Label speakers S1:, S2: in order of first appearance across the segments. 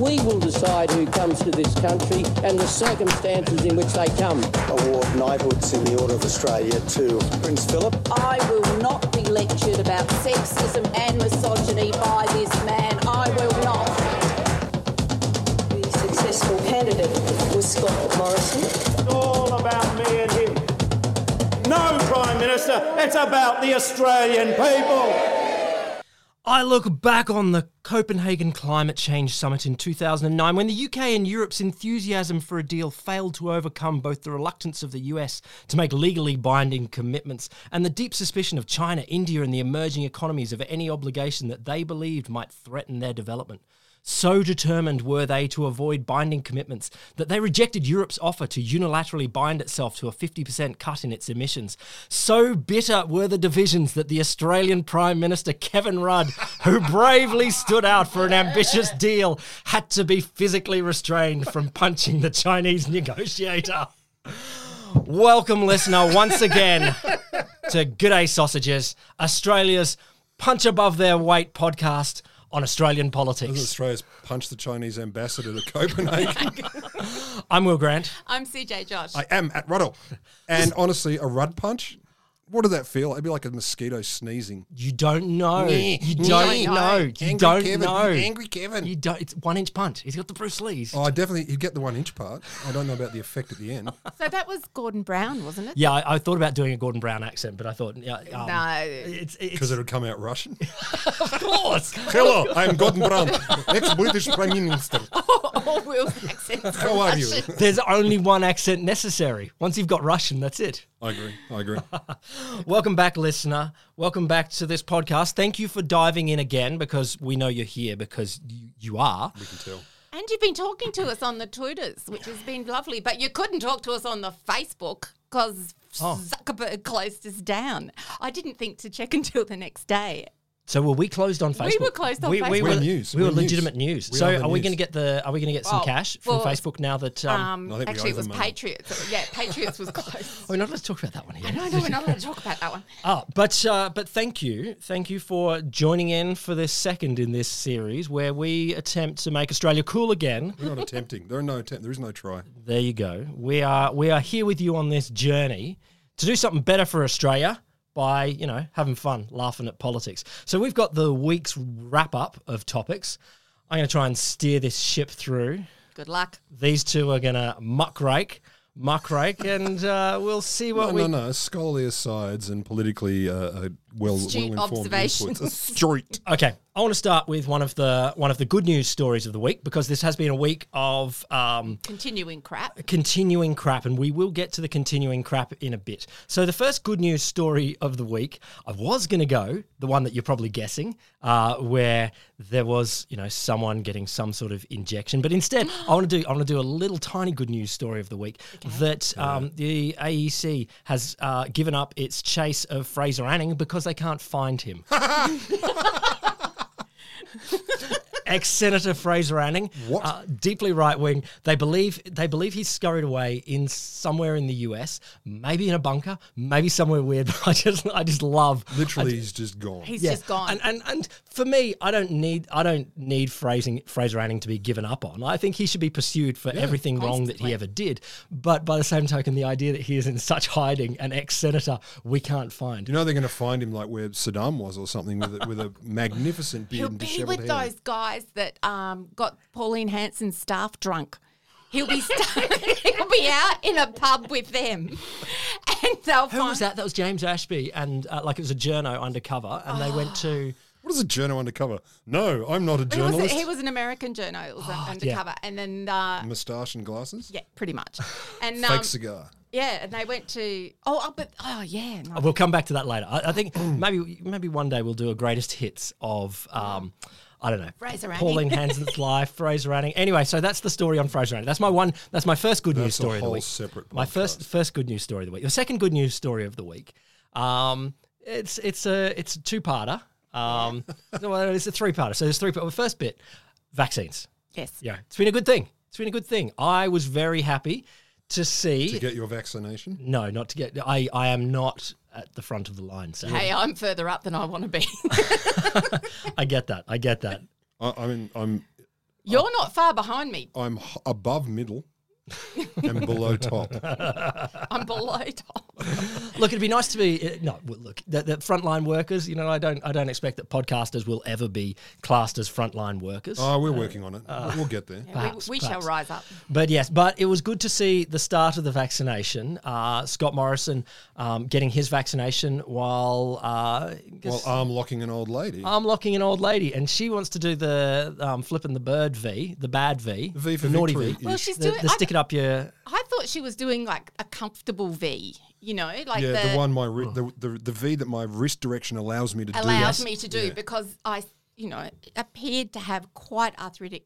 S1: we will decide who comes to this country and the circumstances in which they come.
S2: Award knighthoods in the Order of Australia to Prince Philip.
S3: I will not be lectured about sexism and misogyny by this man. I will not.
S4: The successful candidate was Scott Morrison.
S5: It's all about me and him. No, Prime Minister, it's about the Australian people.
S6: I look back on the Copenhagen Climate Change Summit in 2009 when the UK and Europe's enthusiasm for a deal failed to overcome both the reluctance of the US to make legally binding commitments and the deep suspicion of China, India, and the emerging economies of any obligation that they believed might threaten their development. So determined were they to avoid binding commitments that they rejected Europe's offer to unilaterally bind itself to a 50% cut in its emissions. So bitter were the divisions that the Australian Prime Minister Kevin Rudd, who bravely stood out for an ambitious deal, had to be physically restrained from punching the Chinese negotiator. Welcome, listener, once again to Good Day Sausages, Australia's punch above their weight podcast on Australian
S7: This is
S6: politics.
S7: Australia's punched the Chinese ambassador to Copenhagen.
S6: I'm Will Grant.
S8: I'm CJ Josh.
S7: I am at Ruddle. And honestly, a Rudd punch, what did that feel? It'd be like a mosquito sneezing.
S6: You don't know. You don't
S7: yeah.
S6: know. You
S7: Angry
S6: don't
S7: Kevin.
S6: know.
S7: Angry Kevin.
S6: You don't. It's one inch punch. He's got the Bruce Lee's.
S7: Oh, I definitely, you get the one inch part. I don't know about the effect at the end.
S8: so that was Gordon Brown, wasn't it?
S6: Yeah, I, I thought about doing a Gordon Brown accent, but I thought, yeah, um,
S8: No.
S6: it's, it's
S7: Because it would come out Russian.
S6: of course.
S7: Hello, I'm Gordon Brown, ex British Prime Minister.
S8: All Will's accents.
S7: How are you?
S6: There's only one accent necessary. Once you've got Russian, that's it.
S7: I agree. I agree.
S6: Welcome back, listener. Welcome back to this podcast. Thank you for diving in again because we know you're here because you, you are.
S8: And you've been talking to us on the Twitters, which has been lovely, but you couldn't talk to us on the Facebook because Zuckerberg closed us down. I didn't think to check until the next day.
S6: So were we closed on Facebook?
S8: were closed on Facebook.
S6: were
S8: We're
S7: news.
S6: We were
S7: We're news.
S6: legitimate news.
S7: We
S6: so
S7: are the
S6: are we
S7: news.
S6: going to get the? Are we going to get some
S8: Oh,
S6: cash from
S8: well,
S6: Facebook now that? Um,
S8: Um,
S7: I think we
S8: actually,
S7: owe
S8: it was
S7: them money.
S8: Patriots. Yeah, Patriots was closed.
S6: oh, we're not. Let's talk about that one here.
S8: No, no, we're not allowed to talk about that one.
S6: Ah, but uh, but thank you, thank you for joining in for this second in this series where we attempt to make Australia cool again.
S7: We're not attempting. There are no attempt. There is no try.
S6: There you go. We are we are here with you on this journey to do something better for Australia by you know having fun, laughing at politics. So we've got the week's wrap up of topics. I'm going to try and steer this ship through.
S8: Good luck.
S6: These two are going to muckrake, muckrake, and uh, we'll see what
S7: No,
S6: we
S7: no, no. Scholarly asides and politically uh, uh, well,
S8: Astute
S7: well informed
S8: observations.
S7: Astute.
S6: Okay, I want to start with one of the one of the good news stories of the week because this has been a week of um,
S8: Continuing crap.
S6: continuing crap, and we will get to the continuing crap in a bit. So the first good news story of the week, I was going to go the one that you're probably guessing, uh, where there was you know someone getting some sort of injection, but instead I want to do I want to do a little tiny good news story of the week that um, the AEC has uh, given up its chase of Fraser Anning because they can't find him. ex Senator Fraser Anning,
S7: What?
S6: uh, deeply right wing. They believe they believe he's scurried away in somewhere in the US, maybe in a bunker, maybe somewhere weird. But I just I just love
S7: Literally, he's just gone.
S8: He's
S6: yeah.
S8: just gone.
S6: And, and and for me, I don't need I don't need phrasing Fraser Anning to be given up on. I think he should be pursued for everything wrong that he ever did. But by the same token, the idea that he is in such hiding, an ex senator we can't find.
S7: You know they're going to find him like where Saddam was or something with a, with a magnificent beard
S8: He'll
S7: and
S8: be
S7: dishevelled
S8: with
S7: hair.
S8: those guys that um, got Pauline Hanson's staff drunk. He'll be stuck. he'll be out in a pub with them, and they'll
S6: Who
S8: find
S6: was that? That was James Ashby, and uh, like it was a journo undercover, and they
S8: Ah.
S6: went to.
S7: What is a journo undercover? No, I'm not a
S8: He was,
S7: journalist.
S8: he was an American journalist un-
S6: yeah.
S8: undercover, and then uh,
S7: Moustache and glasses.
S8: yeah, pretty much. And
S7: Fake
S8: um,
S7: cigar.
S8: yeah, and they went to oh, oh, but oh yeah, no.
S6: Uh, We'll come back to that later. I, I think maybe maybe one day we'll do a greatest hits of. Um, I don't know.
S8: Fraser Anning.
S6: Pauline Hanson's life, Fraser Anning. Anyway, so that's the story on Fraser Anning. That's my one. That's my first good news
S7: That's a
S6: story of the
S7: whole
S6: week.
S7: separate
S6: my first
S7: podcast.
S6: first good news story of the week. The second good news story of the week. Um, it's it's a it's a two parter. Um, well, it's a three parter. So there's three. Well, first bit, vaccines.
S8: yes,
S6: Yeah, it's been a good thing. It's been a good thing. I was very happy to see.
S7: To get your vaccination.
S6: no, not to get. I I am not at the front of the line. So
S8: Hey, I'm further up than I want to be.
S6: I get that. I get that.
S7: I, I mean, I'm
S8: You're not far behind me.
S7: I'm h- above middle and below top.
S8: I'm below top.
S6: Look, it'd be nice to be uh, no. well, Look, the, the frontline workers. You know, I don't. I don't expect that podcasters will ever be classed as frontline workers.
S7: Oh, we're working on it. we'll get there.
S6: Perhaps,
S8: we we shall
S6: perhaps.
S8: rise up.
S6: But yes, but it was good to see the start of the vaccination. Uh, Scott Morrison um, getting his vaccination while uh,
S7: Well, arm locking an old lady.
S6: arm locking an old lady, and she wants to do the um, flipping the bird V, the bad V,
S7: V for
S6: the naughty
S7: victory.
S6: V.
S8: Well, she's
S6: the,
S8: doing.
S6: the
S8: I,
S6: stick it up your.
S8: I thought she was doing like a comfortable V. You know, like
S7: yeah, the,
S8: the,
S7: one my ri- the, the the V that my wrist direction allows me to do.
S8: allows
S6: Yes.
S8: me to do because I, you know, appeared to have quite arthritic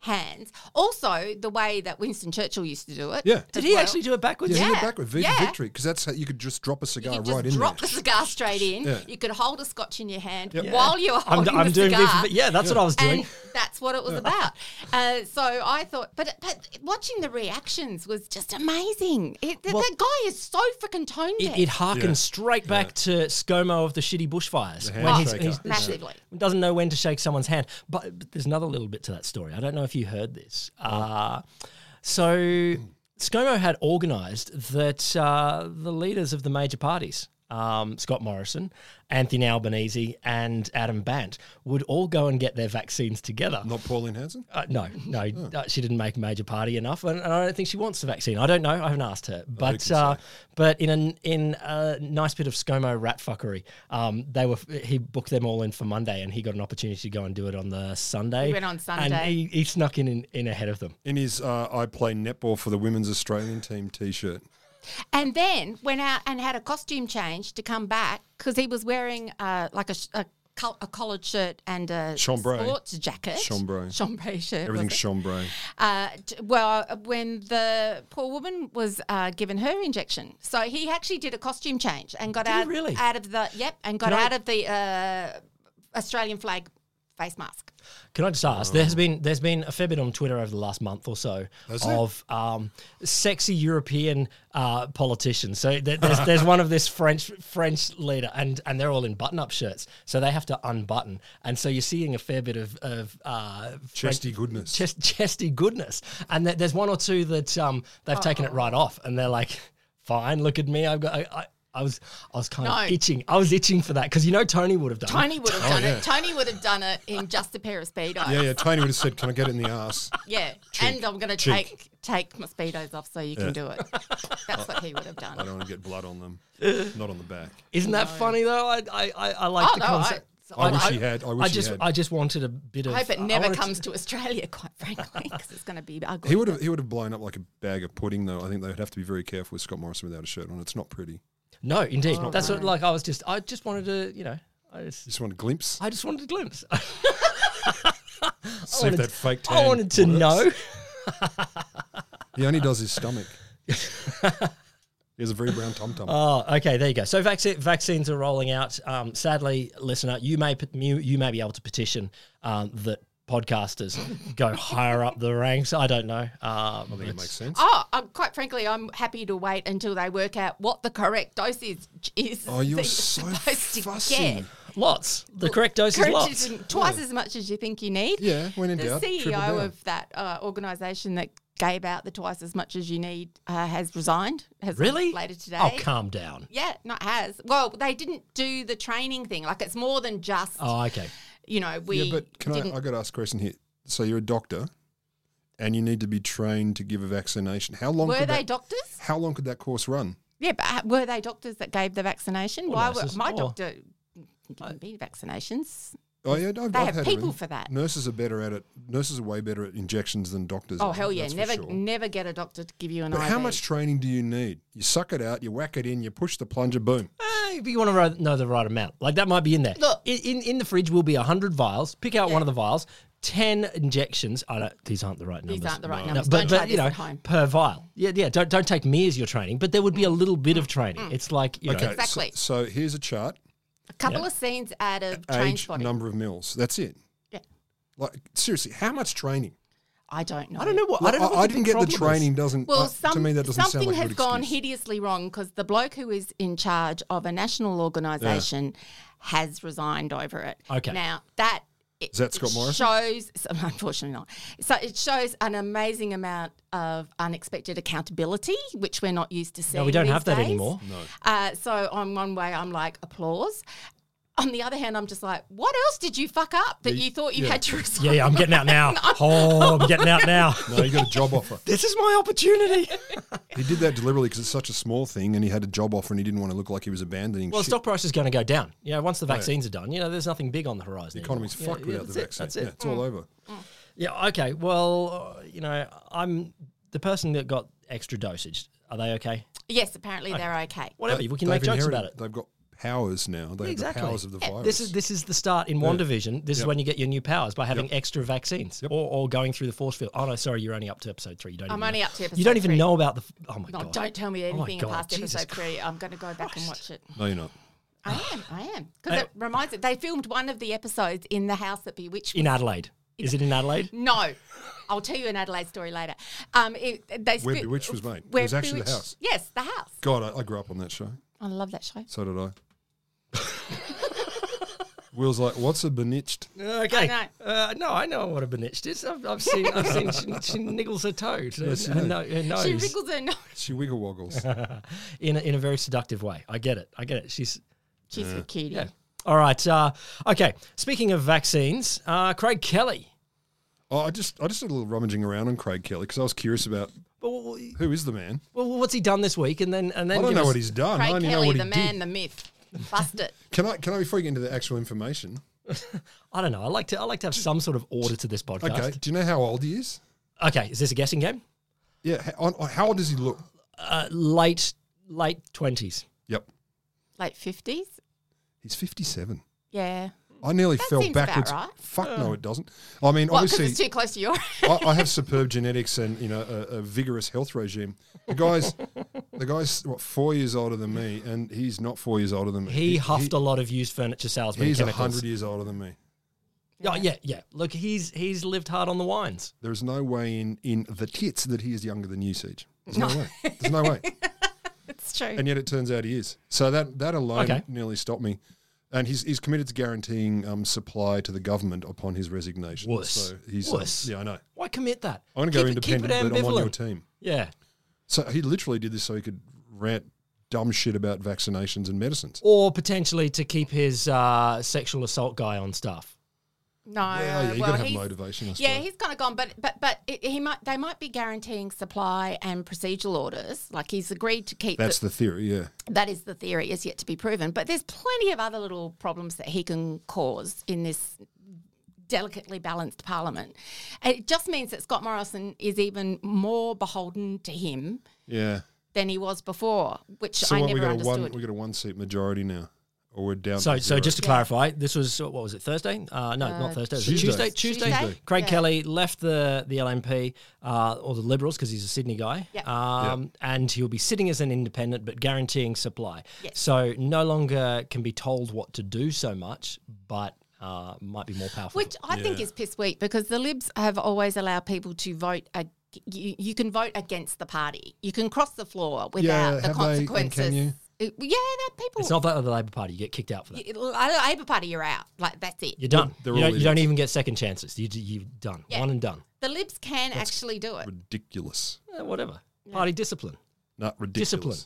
S8: hands. Also, the way that Winston Churchill used to do it.
S7: Yeah.
S6: Did
S8: as
S6: he
S8: well.
S6: actually do it backwards?
S7: Yeah, yeah.
S8: Yeah,
S7: backward. V for
S8: yeah.
S7: victory, because that's how you could just drop a
S8: You
S7: cigar
S8: could
S7: right
S8: just
S7: in
S8: drop
S7: there.
S8: the cigar straight in.
S7: Yeah.
S8: You could hold a scotch in your hand
S7: Yep.
S8: while you were
S6: I'm,
S8: holding
S6: I'm
S8: the
S6: doing V
S8: cigar.
S6: for, yeah, that's what I was doing.
S8: And that's what it was about. Uh, so I thought, but but watching the reactions was just amazing. It, th-
S6: Well-
S8: that guy is so freaking tone deaf.
S6: It, it harkens
S7: Yeah.
S6: straight back to ScoMo of the shitty bushfires.
S7: The
S6: when he's,
S7: handshaker.
S6: he's,
S8: Massively.
S6: doesn't know when to shake someone's hand. But, but there's another little bit to that story. I don't know if you heard this. Uh, so ScoMo had organised that uh, the leaders of the major parties, um, Scott Morrison, Anthony Albanese, and Adam Bant, would all go and get their vaccines together.
S7: Not Pauline Hanson.
S6: Uh, no, no, uh, she didn't make major party enough, and, and I don't think she wants the vaccine. I don't know. I haven't asked her, but
S7: can
S6: uh, but in an in a nice bit of ScoMo rat fuckery, um, they were he booked them all in for Monday, and he got an opportunity to go and do it on the Sunday.
S8: He went on
S6: and
S8: Sunday.
S6: he, he snuck in, in in ahead of them.
S7: In his uh, I play netball for the women's Australian team T-shirt.
S8: And then went out and had a costume change to come back because he was wearing uh, like a, sh- a, col- a collared shirt and a
S7: Chambray.
S8: sports jacket.
S7: Chambray.
S8: Chambray shirt. was
S7: Everything's
S8: it?
S7: chambray.
S8: Uh, t- well, when the poor woman was uh, given her injection, so he actually did a costume change and got
S6: he
S8: out
S6: really?
S8: out of the yep and got
S6: Can I-
S8: out of the uh, Australian flag face mask.
S6: Can I just ask? There's been there's been a fair bit on Twitter over the last month or so
S7: Um, there?
S6: of um, sexy European uh, politicians. So there- there's there's one of this French French leader, and and they're all in button up shirts, so they have to unbutton, and so you're seeing a fair bit of of uh, French-
S7: Chesty goodness.
S6: chest, chesty goodness, and there- there's one or two that um, they've taken it
S8: Oh.
S6: right off, and they're like, fine, look at me, I've got. I, I, I was, I was kind
S8: No.
S6: of itching. I was itching for that because you know Tony would have done. it.
S8: Tony would have done it. Tony would have done it in just a pair of speedos.
S7: Yeah, yeah. Tony would have said, "Can I get it in the ass?"
S8: Yeah, and I'm going to take take my speedos off so you can do it. That's what he would have
S7: I
S8: done.
S7: don't want to get blood on them. Not on the back.
S6: Isn't that funny though? I I, I, I like
S8: Oh,
S6: the
S8: no, I-
S6: concept.
S7: I wish he had. I wish he
S6: just
S7: had.
S6: I just wanted a bit of.
S8: I hope it
S6: I
S8: never
S6: wanted
S8: comes to Australia, quite frankly, because it's going to be ugly.
S7: He would have. He would have blown up like a bag of pudding, though. I think they'd have to be very careful with Scott Morrison without a shirt on. It's not pretty. You
S6: no, indeed.
S8: Oh,
S6: That's what, like I was just. I just wanted to. You know. I just.
S7: just want a glimpse.
S6: I just wanted a glimpse.
S7: See if
S6: wanted-
S7: that fake tan.
S6: I wanted to
S7: works.
S6: know.
S7: He only does his stomach. he has a very brown tum tum.
S6: Oh, okay. There you go. So vaccine, vaccines are rolling out. Um, sadly, listener, you may pet- you, you may be able to petition um, that podcasters go higher up the ranks. I don't know. Um,
S7: I think it makes sense.
S8: Oh, um, quite frankly, I'm happy to wait until they work out what the correct dosage is.
S7: Oh, you're
S8: that
S7: so
S8: supposed to
S7: fussy.
S8: get.
S6: lots. The correct dose is
S8: Correct
S6: lots.
S8: is in- twice as much as you think you need.
S7: Yeah, when in
S8: the
S7: doubt, triple down.
S8: CEO of that uh, organisation that gave out the twice as much as you need uh, has resigned. Has
S6: Really?
S8: Later today.
S6: Oh, calm down.
S8: Yeah, not has. Well, they didn't do the training thing. Like it's more than just
S6: Oh, okay.
S8: you know we
S7: yeah, but can
S8: didn't.
S7: I? I got to ask a question here. So you're a doctor, and you need to be trained to give a vaccination. How long?
S8: were
S7: could
S8: they
S7: that,
S8: doctors?
S7: How long could that course run?
S8: Yeah, but uh, were they doctors that gave the vaccination?
S6: Or
S8: Why
S6: nurses,
S8: were my
S6: or-
S8: doctor? Didn't be vaccinations.
S7: Oh yeah, I've,
S8: They
S7: I've
S8: have
S7: had
S8: people
S7: them.
S8: for that.
S7: Nurses are better at it. Nurses are way better at injections than doctors.
S8: Oh
S7: are,
S8: hell yeah!
S7: that's for
S8: Never,
S7: sure.
S8: never get a doctor to give you an
S7: But
S8: IV.
S7: how much training do you need? You suck it out, you whack it in, you push the plunger, boom.
S6: Eh, If you want to ro- know the right amount, like that might be in there.
S8: Look.
S6: in in, in the fridge will be hundred vials. Pick out one of the vials, ten injections. I don't. These aren't the right numbers.
S8: These aren't the right
S6: No,
S8: numbers.
S6: but
S8: Don't
S6: but
S8: try
S6: you
S8: this
S6: know,
S8: at home.
S6: per vial. Yeah, yeah. Don't don't take me as your training, but there would be a little bit of training. It's like you know,
S7: Okay, so-
S8: Mm. Exactly.
S7: So, here's a chart.
S8: A couple of scenes out of Train
S7: Age,
S8: Spotting.
S7: number of mils. That's it.
S8: Yeah.
S7: Like seriously, how much training?
S8: I don't know.
S6: I don't know what. I don't know.
S7: I,
S6: what
S7: didn't
S6: big
S7: get the
S6: problem is.
S7: training. Doesn't
S8: Well,
S7: I-
S8: some,
S7: to me that doesn't
S8: something
S7: sound like a
S8: has
S7: good
S8: gone
S7: excuse.
S8: hideously wrong because the bloke who is in charge of a national organisation has resigned over it.
S6: Okay.
S8: Now that it-
S7: that Scott
S8: it
S7: Morrison?
S8: Shows, so- unfortunately not. So it shows an amazing amount of unexpected accountability, which we're not used to seeing.
S6: we don't
S8: these
S6: have that
S8: days.
S6: anymore.
S8: Uh, so on one way, I'm like applause. On the other hand, I'm just like, what else did you fuck up that
S7: Yeah,
S8: you thought you
S7: yeah.
S8: had to resolve?
S6: Yeah, yeah, I'm getting out now. Oh, I'm getting out now.
S7: No, you got a job offer.
S6: This is my opportunity.
S7: He did that deliberately because it's such a small thing, and he had a job offer, and he didn't want to look like he was abandoning.
S6: Well,
S7: shit.
S6: stock price is going to go down. You know, once the vaccines are done, you know, there's nothing big on the horizon.
S7: Oh, The economy's
S6: anymore.
S7: fucked
S6: Yeah, yeah,
S7: without the
S6: that's
S7: vaccine.
S6: It, that's it.
S7: Yeah, it's all
S8: Hmm.
S7: over.
S6: Yeah. Okay. Well, uh, you know, I'm the person that got extra dosage. Are they okay?
S8: Yes, apparently they're okay.
S6: Whatever. We can
S7: They've
S6: make jokes
S7: inherited-
S6: about it.
S7: They've got powers now. They
S6: Exactly.
S7: have the powers
S8: Eh,
S7: of the virus.
S6: This is this is the start in WandaVision. This is when you get your new powers by having extra vaccines or, or going through the force field. Oh no, sorry, you're only up to episode three. You don't.
S8: I'm
S6: even
S8: only
S6: know.
S8: up to
S6: You don't
S8: episode
S6: even
S8: three.
S6: know about the. f- Oh my
S8: Oh,
S6: god!
S8: don't tell me
S6: Oh my
S8: anything
S6: God,
S8: past
S6: Jesus
S8: episode three. I'm going to go back and watch it.
S7: no, you're not.
S8: I am. I am because
S6: Hey.
S8: it reminds me. They filmed one of the episodes in the house that bewitched.
S6: In Adelaide, is it in Adelaide?
S8: No, I'll tell you an Adelaide story later. Um, it, they
S7: Where
S8: spe-
S7: Bewitched was made. It
S8: Where
S7: was actually the
S8: Bewitched-
S7: house.
S8: Yes, the house.
S7: God, I, I grew up on that show.
S8: I love that show.
S7: So did I. Will's like, what's a benitched?
S6: Okay.
S8: I
S6: Uh, no, I know what a benitched is. I've, I've seen. I've seen. She, she niggles her toes.
S7: Yes,
S6: her,
S7: you
S6: no-
S7: know.
S6: her nose.
S8: She wriggles her nose.
S7: She wiggle woggles.
S6: in a, in a very seductive way. I get it. I get it. She's
S8: She's a cutie.
S6: yeah. All right. Uh, okay. Speaking of vaccines, uh, Craig Kelly.
S7: oh, I just I just did a little rummaging around on Craig Kelly because I was curious about
S6: Well, well,
S7: who is the man.
S6: well, what's he done this week? And then and then
S7: I don't
S6: give
S7: know
S6: us-
S7: what he's done. Oh, I
S8: Craig
S7: only know
S8: Kelly,
S7: what
S8: the
S7: he
S8: man,
S7: did.
S8: the myth. Bust it.
S7: Can I can I before you get into the actual information?
S6: I don't know. I like to. I like to have some sort of order to this podcast.
S7: Okay.
S6: Okay.
S7: Do you know how old he is?
S6: is this a guessing game?
S7: Yeah. How, on, on- how old does he look?
S6: Uh, late late twenties.
S7: Yep.
S8: Late fifties.
S7: He's fifty-seven.
S8: Yeah.
S7: I nearly
S8: That
S7: fell
S8: seems about
S7: backwards.
S8: right.
S7: Fuck no, it doesn't. I mean,
S8: Well, because
S7: obviously,
S8: it's too close to your.
S7: I, I have superb genetics and you know a, a vigorous health regime. The guys, the guys, what four years older than me, and he's not four years older than me.
S6: He, huffed a lot of used furniture salesman
S7: He's
S6: chemicals.
S7: hundred years older than me.
S6: Oh, yeah, yeah. Look, he's he's lived hard on the wines.
S7: There is no way in in the tits that he is younger than you, Siege. There's no way. There's no way.
S8: it's true.
S7: And yet it turns out he is. So that that alone
S6: Okay.
S7: nearly stopped me. And he's, he's committed to guaranteeing um, supply to the government upon his resignation.
S6: Wuss.
S7: So he's um,
S6: Wuss.
S7: yeah, I know.
S6: Why commit that?
S7: I'm going to go
S6: Keep it- keep it
S7: independent, but I'm on your
S6: ambivalent.
S7: team.
S6: Yeah.
S7: So he literally did this so he could rant dumb shit about vaccinations and medicines.
S6: Or potentially to keep his uh, sexual assault guy on staff.
S8: No,
S7: yeah, you
S8: well,
S7: gotta have
S8: he's-
S7: motivation, I
S8: yeah,
S7: suppose.
S8: he's kind of gone, but but but it, he might they might be guaranteeing supply and procedural orders. Like he's agreed to keep.
S7: That's the theory, yeah.
S8: that is the theory. It's yet to be proven, but there's plenty of other little problems that he can cause in this delicately balanced parliament. And It just means that Scott Morrison is even more beholden to him
S7: Yeah.
S8: than he was before, which
S7: So
S8: I
S7: what,
S8: never
S7: we got a one
S8: understood.
S7: we got a one seat majority now. Or we're down
S6: So,
S7: to
S6: so
S7: zero.
S6: just to clarify, this was uh, what was it Thursday? Uh, no, not Thursday. It was
S7: Tuesday.
S6: Tuesday. Tuesday.
S8: Tuesday.
S6: Craig
S8: Yeah.
S6: Kelly left the the LNP uh, or the Liberals because he's a Sydney guy,
S8: Yep.
S6: um, and he'll be sitting as an independent, but guaranteeing supply. So no longer can be told what to do so much, but uh, might be more powerful.
S8: Which I think is piss weak because the Libs have always allowed people to vote. Ag- you, you can vote against the party. You can cross the floor without
S7: Yeah,
S8: the
S7: have they, and can
S8: consequences.
S7: you?
S8: It- yeah, that people.
S6: it's not that of the Labor Party. You get kicked out for that.
S8: it- La- Labor Party, you're out. Like that's it.
S6: You're done.
S7: They're
S6: you, don't,
S7: all
S6: you don't
S7: idiots.
S6: even get second chances. You, you're done.
S8: Yeah.
S6: One and done.
S8: The Libs can actually do it.
S7: ridiculous.
S6: Eh, whatever. Party discipline.
S7: Not ridiculous.
S6: discipline.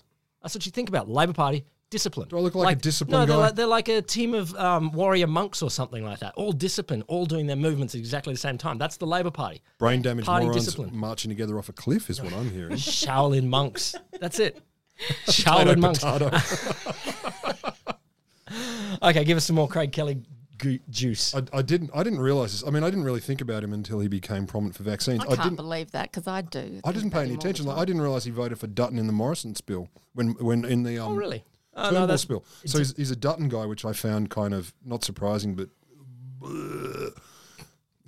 S6: That's what you think about. Labor Party, discipline.
S7: Do I look like a disciplined
S6: No, they're,
S7: guy?
S6: Like, they're like a team of um, warrior monks or something like that. All discipline, all doing their movements at exactly the same time. That's the Labor Party.
S7: Brain damaged
S6: Party
S7: morons
S6: discipline.
S7: marching together off a cliff is what I'm hearing.
S6: Shaolin monks. That's it. Shaolin monks.
S7: Potato.
S6: Okay, give us some more Craig Kelly gu- juice.
S7: I, I didn't. I didn't realize this. I mean, I didn't really think about him until he became prominent for vaccines.
S8: I
S7: I,
S8: can't
S7: didn't.
S8: believe that because I do.
S7: I
S8: think
S7: didn't
S8: about
S7: pay any
S8: him all the
S7: attention. Like,
S8: time.
S7: I didn't realize he voted for Dutton in the Morrison spill when when in the um,
S6: oh, really? Oh,
S7: Turnbull
S6: that's-
S7: spill. So he's, he's a Dutton guy, which I found kind of not surprising, but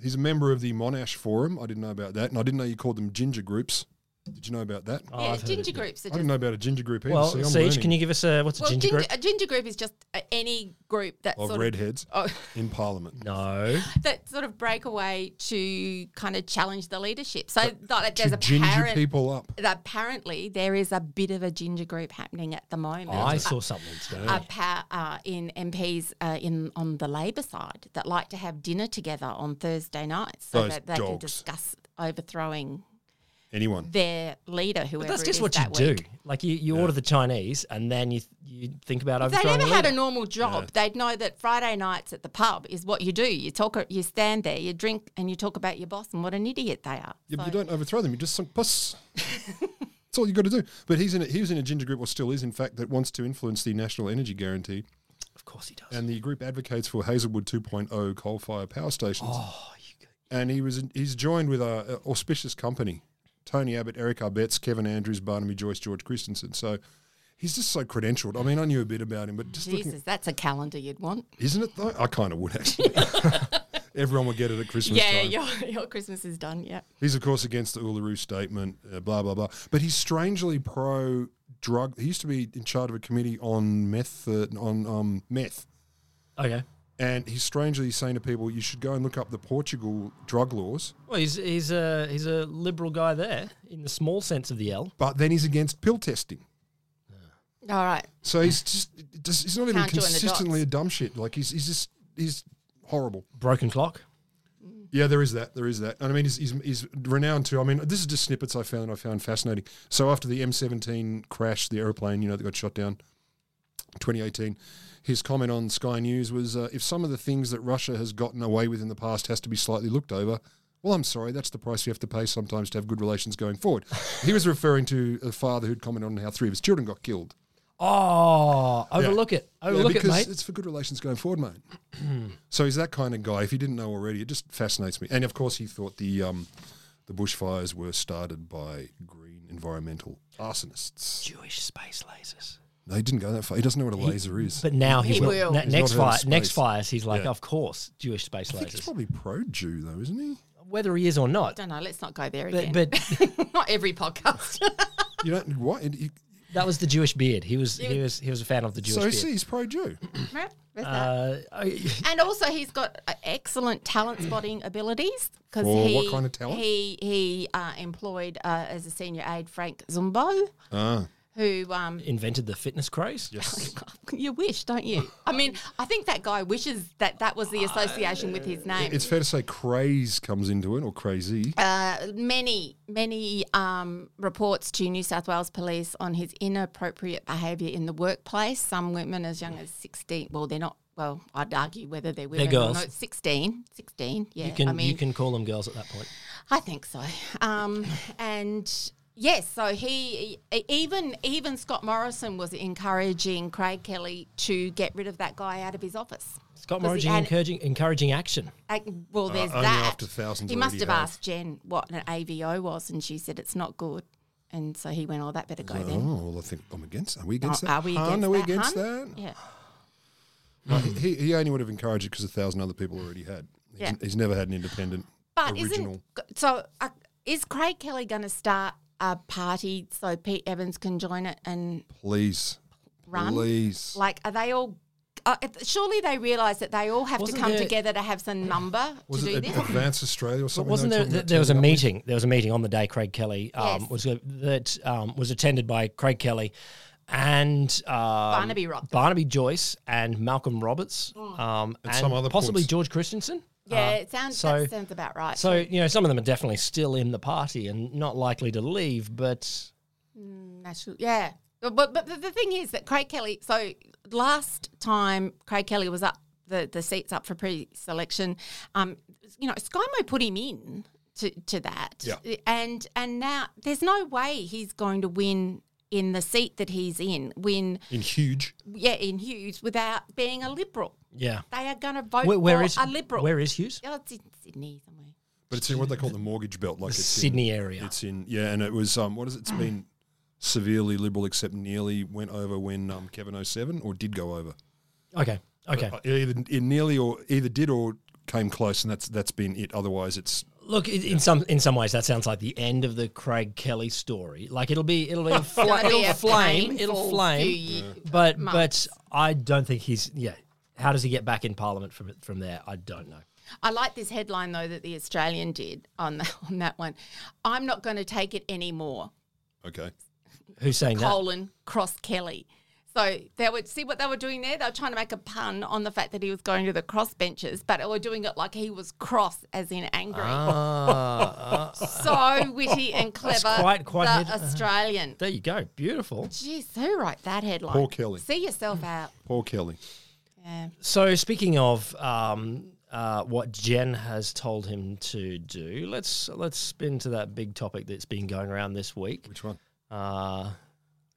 S7: he's a member of the Monash Forum. I didn't know about that, and I didn't know you called them ginger groups. Did you know about that? I
S8: yeah,
S6: I've heard
S8: ginger
S6: it.
S8: groups are just
S7: didn't know about a ginger group either.
S6: Oh. Well,
S7: See, I'm
S6: Siege,
S7: learning.
S6: can you give us a what's a
S8: well,
S6: ginger,
S8: ginger,
S6: group?
S8: a ginger group is just uh, any group that
S7: of
S8: sort of
S7: redheads
S8: Oh.
S7: in Parliament.
S6: No.
S8: that sort of break away to kind of challenge the leadership. So that
S7: To
S8: there's
S7: ginger
S8: apparent,
S7: people up.
S8: apparently there is a bit of a ginger group happening at the moment.
S6: Oh, I saw something today.
S8: uh, pa- uh, in MPs uh, in on the Labor side that like to have dinner together on Thursday nights so
S7: Those
S8: that they can
S7: dogs.
S8: discuss overthrowing
S7: Anyone?
S8: their leader, whoever
S6: But that's
S8: it
S6: just
S8: is
S6: what you
S8: that
S6: do.
S8: week.
S6: Like you, you order the Chinese and then you you think about
S8: If they
S6: overthrowing.
S8: never
S6: the
S8: had a
S6: leader.
S8: normal job, they'd know that Friday nights at the pub is what you do. You talk, you stand there, you drink, and you talk about your boss and what an idiot they are.
S7: Yeah, but you don't overthrow them. You just some puss. That's all you got to do. But he's in a, he was in a ginger group, or still is, in fact, that wants to influence the national energy guarantee,
S6: Of course he does.
S7: and the group advocates for Hazelwood 2.0 coal-fired power stations.
S8: Oh,
S7: and he was in, he's joined with a, a auspicious company: Tony Abbott, Eric Arbetz, Kevin Andrews, Barnaby Joyce, George Christensen. So he's just so credentialed. I mean, I knew a bit about him, but just looking,
S8: Jesus, that's a calendar you'd want.
S7: isn't it though? I kind of would actually. Everyone would get it at Christmas
S8: Yeah,
S7: time.
S8: your, your Christmas is done. Yeah.
S7: He's of course against the Uluru statement, uh, blah blah blah. But he's strangely pro drug. He used to be in charge of a committee on meth, uh, on um, meth,
S6: Okay.
S7: and he's strangely saying to people, "You should go and look up the Portugal drug laws."
S6: Well, he's he's a he's a liberal guy there in the small sense of the L.
S7: But then he's against pill testing,
S8: All right.
S7: so he's just, just he's not even
S8: Can't join the dots.
S7: consistently a dumb shit. Like he's he's just he's horrible.
S6: Broken clock.
S7: Yeah, there is that. There is that. And I mean, he's, he's, he's renowned too. I mean, this is just snippets I found I found fascinating. So after the M17 crash, the aeroplane, you know, that got shot down, 2018, his comment on Sky News was, uh, "If some of the things that Russia has gotten away with in the past has to be slightly looked over." Well, I'm sorry, that's the price you have to pay sometimes to have good relations going forward. he was referring to a father who'd commented on how three of his children got killed.
S6: Oh, overlook it.
S7: Yeah,
S6: Overlook it,
S7: because
S6: mate.
S7: It's for good relations going forward, mate. so he's that kind of guy. If you didn't know already, it just fascinates me. And of course, he thought the um, the bushfires were started by green environmental arsonists.
S6: Jewish space lasers.
S7: No, he didn't go that far. He doesn't know what a laser is.
S6: But now he,
S8: He
S6: will.
S8: will.
S6: Ne-
S7: He's
S6: next
S7: not heard
S6: fire,
S7: of
S6: next
S7: space.
S6: fires. He's like,
S7: Yeah.
S6: of course, Jewish space
S7: I think he's
S6: lasers.
S7: probably pro-Jew though, isn't he?
S6: Whether he is or not,
S8: Don't know. Oh, Let's not go there
S6: but
S8: again.
S6: but
S8: not every podcast.
S7: You don't what? And he-
S6: that was the Jewish beard. He was he was he was a fan of the Jewish
S7: so
S6: beard.
S7: see, he's pro-Jew.
S8: Right, there's that.
S6: Uh, I-
S8: and also, he's got uh, excellent talent spotting abilities because
S7: Or
S8: he
S7: what kind of talent?
S8: he he uh, employed uh, as a senior aide Frank Zumbo,
S7: Ah.
S8: who um,
S6: invented the fitness craze.
S8: you wish, don't you? I mean, I think that guy wishes that that was the association with his name.
S7: It's fair to say craze comes into it, or crazy.
S8: many, many um, reports to New South Wales Police on his inappropriate behaviour in the workplace. Some women as young as 16, well, they're not, well, I'd argue whether they're women
S6: girls.
S8: or not. 16, 16, yeah.
S6: You can
S8: I mean,
S6: you can call them girls at that point.
S8: I think so. Um, and yes, so he e- even even Scott Morrison was encouraging Craig Kelly to get rid of that guy out of his office.
S6: Scott
S8: Was he
S6: Morrison
S8: an-
S6: encouraging encouraging action.
S8: Ac- Well, there's
S7: Uh, only
S8: that.
S7: after thousands
S8: he
S7: already
S8: must have
S7: have.
S8: asked Jen what an AVO was, and she said it's not good. And so he went, "Oh, that better go then."
S7: Oh well, I think I'm against. Are we against that?
S8: Are we
S7: Han,
S8: against
S7: are we
S8: that,
S7: against
S8: hun?
S7: that?
S8: Yeah.
S7: No, he, he only would have encouraged it because a thousand other people already had. He's,
S8: Yeah.
S7: he's never had an independent
S8: But
S7: original.
S8: isn't so? Uh, is Craig Kelly going to start a party so Pete Evans can join it and
S7: Please,
S8: run?
S7: please.
S8: Like, are they all? Uh, if- surely they realise that they all have
S6: Wasn't
S8: to come
S6: there-
S8: together to have some number
S7: was
S8: to do
S7: it
S8: this.
S7: Ad- Advance Australia or
S6: But
S7: something? they
S6: wasn't
S7: were
S6: there?
S7: talking about
S6: there was a
S7: turning up with?
S6: meeting. There was a meeting on the day Craig Kelly um,
S8: Yes.
S6: was go- that um, was attended by Craig Kelly and um, Barnaby
S8: Rock. Mm.
S6: Barnaby Joyce, and Malcolm Roberts, um, and,
S7: some other
S6: possibly
S7: points.
S6: George Christensen.
S8: yeah,
S6: Uh,
S8: it sounds
S6: so-
S8: that sounds about right.
S6: So you know, some of them are definitely still in the party and not likely to leave. But
S8: National, yeah. But, but but the- the thing is that Craig Kelly. So last time Craig Kelly was up the, the seats up for pre-selection, um, you know, SkyMo put him in to, to that,
S7: Yeah.
S8: and and now there's no way he's going to win in the seat that he's in, win
S7: in huge.
S8: yeah in Hughes without being a liberal.
S6: yeah,
S8: They are going to vote
S6: where, where
S8: for
S6: is
S8: a liberal.
S6: Where is Hughes?
S8: Oh, it's in Sydney somewhere.
S7: But it's in what they call the mortgage belt, like it's
S6: Sydney
S7: in,
S6: area.
S7: It's in yeah, and it was um, what is it? It's been severely liberal, except nearly went over when um, Kevin 07 or did go over.
S6: Okay, okay.
S7: Uh, Either it nearly or either did or came close, and that's that's been it. Otherwise, it's
S6: Look, i- in some in some ways, that sounds like the end of the Craig Kelly story. Like it'll be it'll be a, fl-
S8: gonna be
S6: it'll
S8: a
S6: flame, it'll
S8: painful
S6: flame.
S8: few ye-
S6: But but
S8: months.
S6: I don't think he's yeah. How does he get back in Parliament from from there? I don't know.
S8: I like this headline though that the Australian did on the, on that one. I'm not going to take it anymore.
S7: Okay.
S6: Who's saying that?
S8: colon cross Kelly. So they would see what they were doing there. They were trying to make a pun on the fact that he was going to the cross benches, but they were doing it like he was cross, as in angry. so witty and clever.
S6: quite- quite uh-huh.
S8: the
S6: head-
S8: Australian.
S6: There you go. Beautiful.
S8: Jeez, who wrote that headline?
S7: Poor Kelly.
S8: See yourself out.
S7: Poor Kelly.
S6: So speaking of um, uh, what Jen has told him to do, let's let's spin to that big topic that's been going around this week.
S7: Which one?
S6: Uh,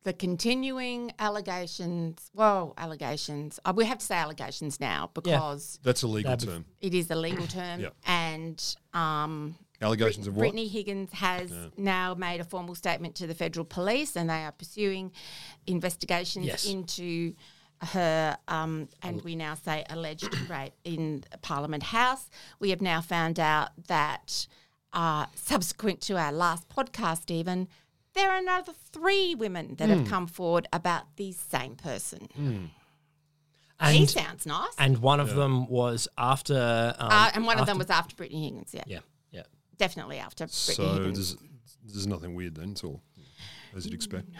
S8: the continuing allegations. Well, allegations. Uh, We have to say allegations now because
S7: That's a legal
S6: That'd be-
S7: term.
S8: it is a legal term,
S7: Yeah.
S8: and um,
S7: Allegations of what?
S8: Brittany Higgins has now made a formal statement to the federal police, and they are pursuing investigations
S6: Yes.
S8: into her, um, and we now say alleged rape in Parliament House. We have now found out that, uh, subsequent to our last podcast, even. There are another three women that have come forward about the same person. he
S6: and
S8: sounds nice. And,
S6: and one of them was after. Um,
S8: uh, and one of
S6: after-
S8: them was after Brittany Higgins, yeah.
S6: Yeah. Yeah.
S8: Definitely after Brittany
S7: So
S8: Higgins.
S7: there's, there's nothing weird then. It's all as you'd expect.
S6: Mm,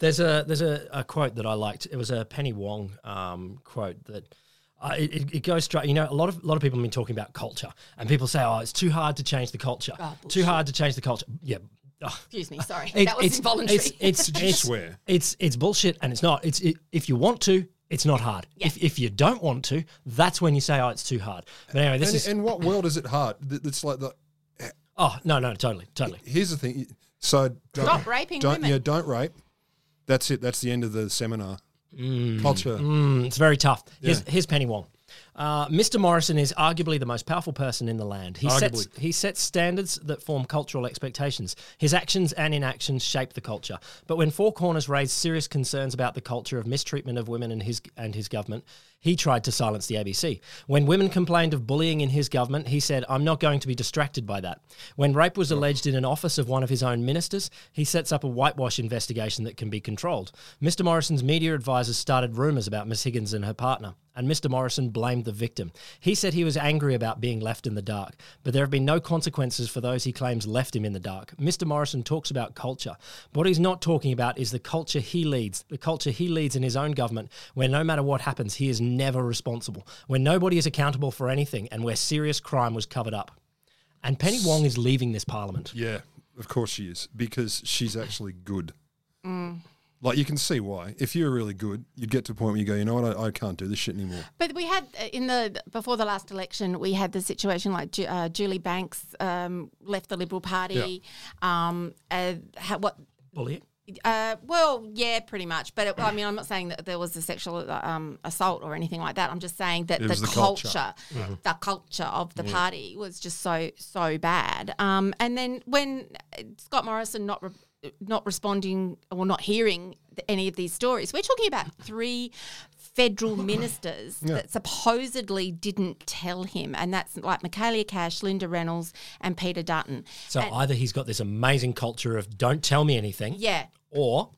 S6: There's a there's a, a quote that I liked. It was a Penny Wong um, quote that. Uh, it, it- it goes straight. You know, a lot of a lot of people have been talking about culture, and people say, "Oh, it's too hard to change the culture.
S8: Ah,
S6: too hard to change the culture." Yeah, Ugh.
S8: Excuse me, sorry.
S6: It-
S8: that was involuntary.
S6: It's it's,
S7: you
S6: it's-
S7: swear?
S6: It's it's bullshit, and it's not. It's it, if you want to, it's not hard. If, if you don't want to, that's when you say, "Oh, it's too hard." But anyway, this
S7: And,
S6: is.
S7: and what world is it hard? Th- It's like the
S6: oh no, no, totally, totally.
S7: here's the thing. So don't,
S8: Stop raping
S7: don't,
S8: women.
S7: Yeah, don't rape. That's it. That's the end of the seminar.
S6: Mm.
S7: Culture.
S6: It's very tough. Here's, here's Penny Wong. Uh, Mr. Morrison is arguably the most powerful person in the land. He sets,
S7: Arguably.
S6: he sets standards that form cultural expectations. His actions and inactions shape the culture. But when Four Corners raised serious concerns about the culture of mistreatment of women and his and his government, he tried to silence the ABC. When women complained of bullying in his government, he said, "I'm not going to be distracted by that." When rape was alleged in an office of one of his own ministers, he sets up a whitewash investigation that can be controlled. Mr. Morrison's media advisors started rumours about Miss Higgins and her partner and Mr. Morrison blamed the victim. He said he was angry about being left in the dark, but there have been no consequences for those he claims left him in the dark. Mr. Morrison talks about culture. What he's not talking about is the culture he leads, the culture he leads in his own government, where no matter what happens, he is never responsible, where nobody is accountable for anything, and where serious crime was covered up. And Penny Wong is leaving this parliament.
S7: Yeah, of course she is because she's actually good.
S8: Mm.
S7: Like you can see why. If you were really good, you'd get to a point where you go, you know what, I, I can't do this shit anymore.
S8: But we had uh, in the before the last election, we had the situation like Ju- uh, Julie Banks um, left the Liberal Party. Um, uh, ha- what?
S6: Bully.
S8: Uh, well, yeah, pretty much. But it, I mean, I'm not saying that there was a sexual um, assault or anything like that. I'm just saying that
S7: It
S8: the,
S7: was the
S8: culture,
S7: culture.
S8: the culture of the party was just so so bad. Um, and then when uh, Scott Morrison not re- not responding or not hearing th- any of these stories, we're talking about three federal ministers that supposedly didn't tell him, and that's like Michaelia Cash, Linda Reynolds, and Peter Dutton.
S6: So either he's got this amazing culture of don't tell me anything,
S8: Yeah,
S6: or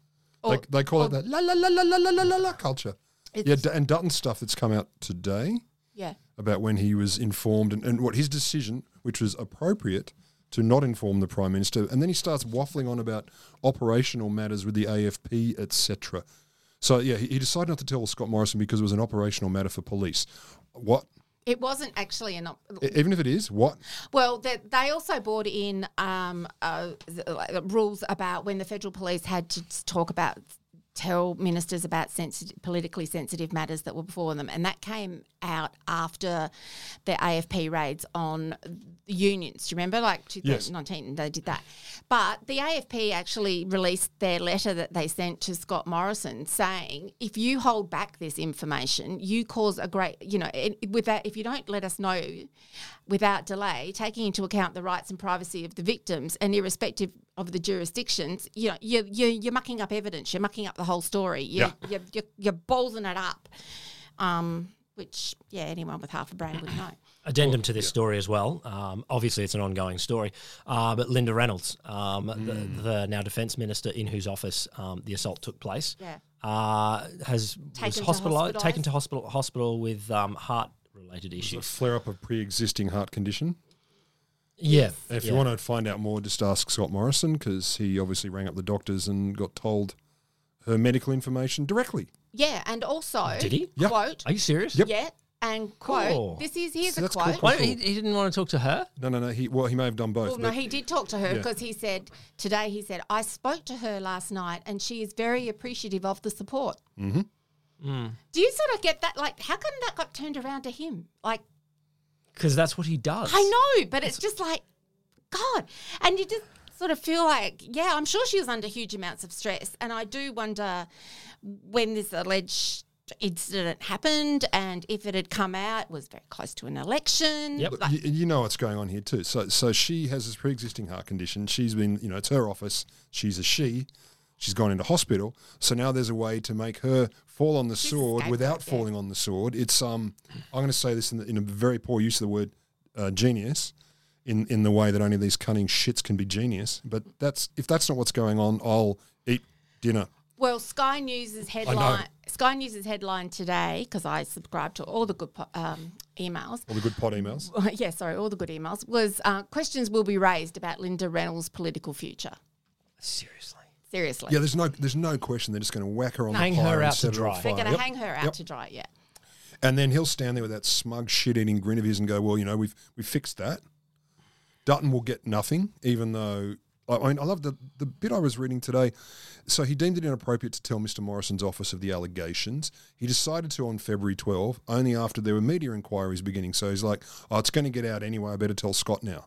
S7: They, they call it that la la la la la la la la la culture. Yeah, D- and Dutton stuff that's come out today
S8: yeah.
S7: about when he was informed and, and what his decision, which was appropriate to not inform the prime minister, and then he starts waffling on about operational matters with the AFP, etc. So yeah, he, he decided not to tell Scott Morrison because it was an operational matter for police. What?
S8: It wasn't actually an op-
S7: E- Even if it is, what?
S8: Well, they, they also brought in um, uh, th- like, uh, rules about when the federal police had to s- talk about tell ministers about sensitive, politically sensitive matters that were before them, and that came out after the AFP raids on the unions. Do you remember, like 2019, they did that. But the AFP actually released their letter that they sent to Scott Morrison saying, if you hold back this information, you cause a great, you know, it, without if you don't let us know without delay, taking into account the rights and privacy of the victims and irrespective of the jurisdictions, you know, you're, you're, you're mucking up evidence, you're mucking up the whole story, you're, you're, you're, you're ballsing it up, um, which, yeah, anyone with half a brain would know.
S6: addendum to this story as well. Um, obviously, it's an ongoing story. Uh, but Linda Reynolds, um,
S7: Hmm.
S6: the, the now defence minister in whose office um, the assault took place,
S8: Yeah.
S6: uh, has was
S8: Taken to
S6: hospitalised,
S8: hospitalised.
S6: taken to hospital hospital with um, heart related
S7: A
S6: issues.
S7: flare up of pre existing heart condition.
S6: Yeah.
S7: And if
S6: yeah.
S7: you want to find out more, just ask Scott Morrison because he obviously rang up the doctors and got told her medical information directly.
S8: Yeah, and also
S6: Did he?
S7: Yeah.
S8: quote
S6: Are you serious?
S7: Yep.
S8: yeah and quote
S6: Cool.
S8: this is here's
S7: So
S8: a
S7: that's cool.
S8: quote.
S6: Why don't- he, he didn't want to talk to her.
S7: No, no, no. He well, he may have done both.
S8: Well, no,
S7: but
S8: he did talk to her
S7: Yeah.
S8: because he said today. He said, "I spoke to her last night, and she is very appreciative of the support." Mm-hmm. Do you sort of get that? Like, how come that got turned around to him? Like,
S6: Because that's what he does.
S8: I know, but it's just like, God, and you just sort of feel like, yeah, I'm sure she was under huge amounts of stress, and I do wonder when this alleged incident happened and if it had come out it was very close to an election
S6: Yep.
S7: you, you know what's going on here too. So, so she has this pre-existing heart condition. She's been, you know, it's her office. She's a she. She's gone into hospital. So now there's a way to make her fall on the sword
S8: scapegoat,
S7: without
S8: yeah.
S7: falling on the sword. It's um, I'm going to say this in, the, in a very poor use of the word uh, genius, in in the way that only these cunning shits can be genius. But that's if that's not what's going on, I'll eat dinner.
S8: Well, Sky News's headline. Sky News's headline today, because I subscribe to all the good po- um, emails.
S7: All the good pot emails.
S8: yeah, sorry, all the good emails was uh, questions will be raised about Linda Reynolds' political future.
S6: Seriously.
S8: Seriously,
S7: Yeah, there's no there's no question. They're just going to whack her on
S6: Hang
S7: the pyre
S6: her
S7: and
S6: out to
S7: set on
S6: dry.
S8: they're
S7: fire.
S8: going to
S7: Yep.
S8: hang her out
S7: Yep.
S8: to dry. Yeah,
S7: And then he'll stand there with that smug shit eating grin of his and go, Well, you know, we've we fixed that. Dutton will get nothing, even though I I mean, I love the, the bit I was reading today. So he deemed it inappropriate to tell Mr. Morrison's office of the allegations. He decided to on February 12, only after there were media inquiries beginning. So he's like, oh, it's going to get out anyway. I better tell Scott now.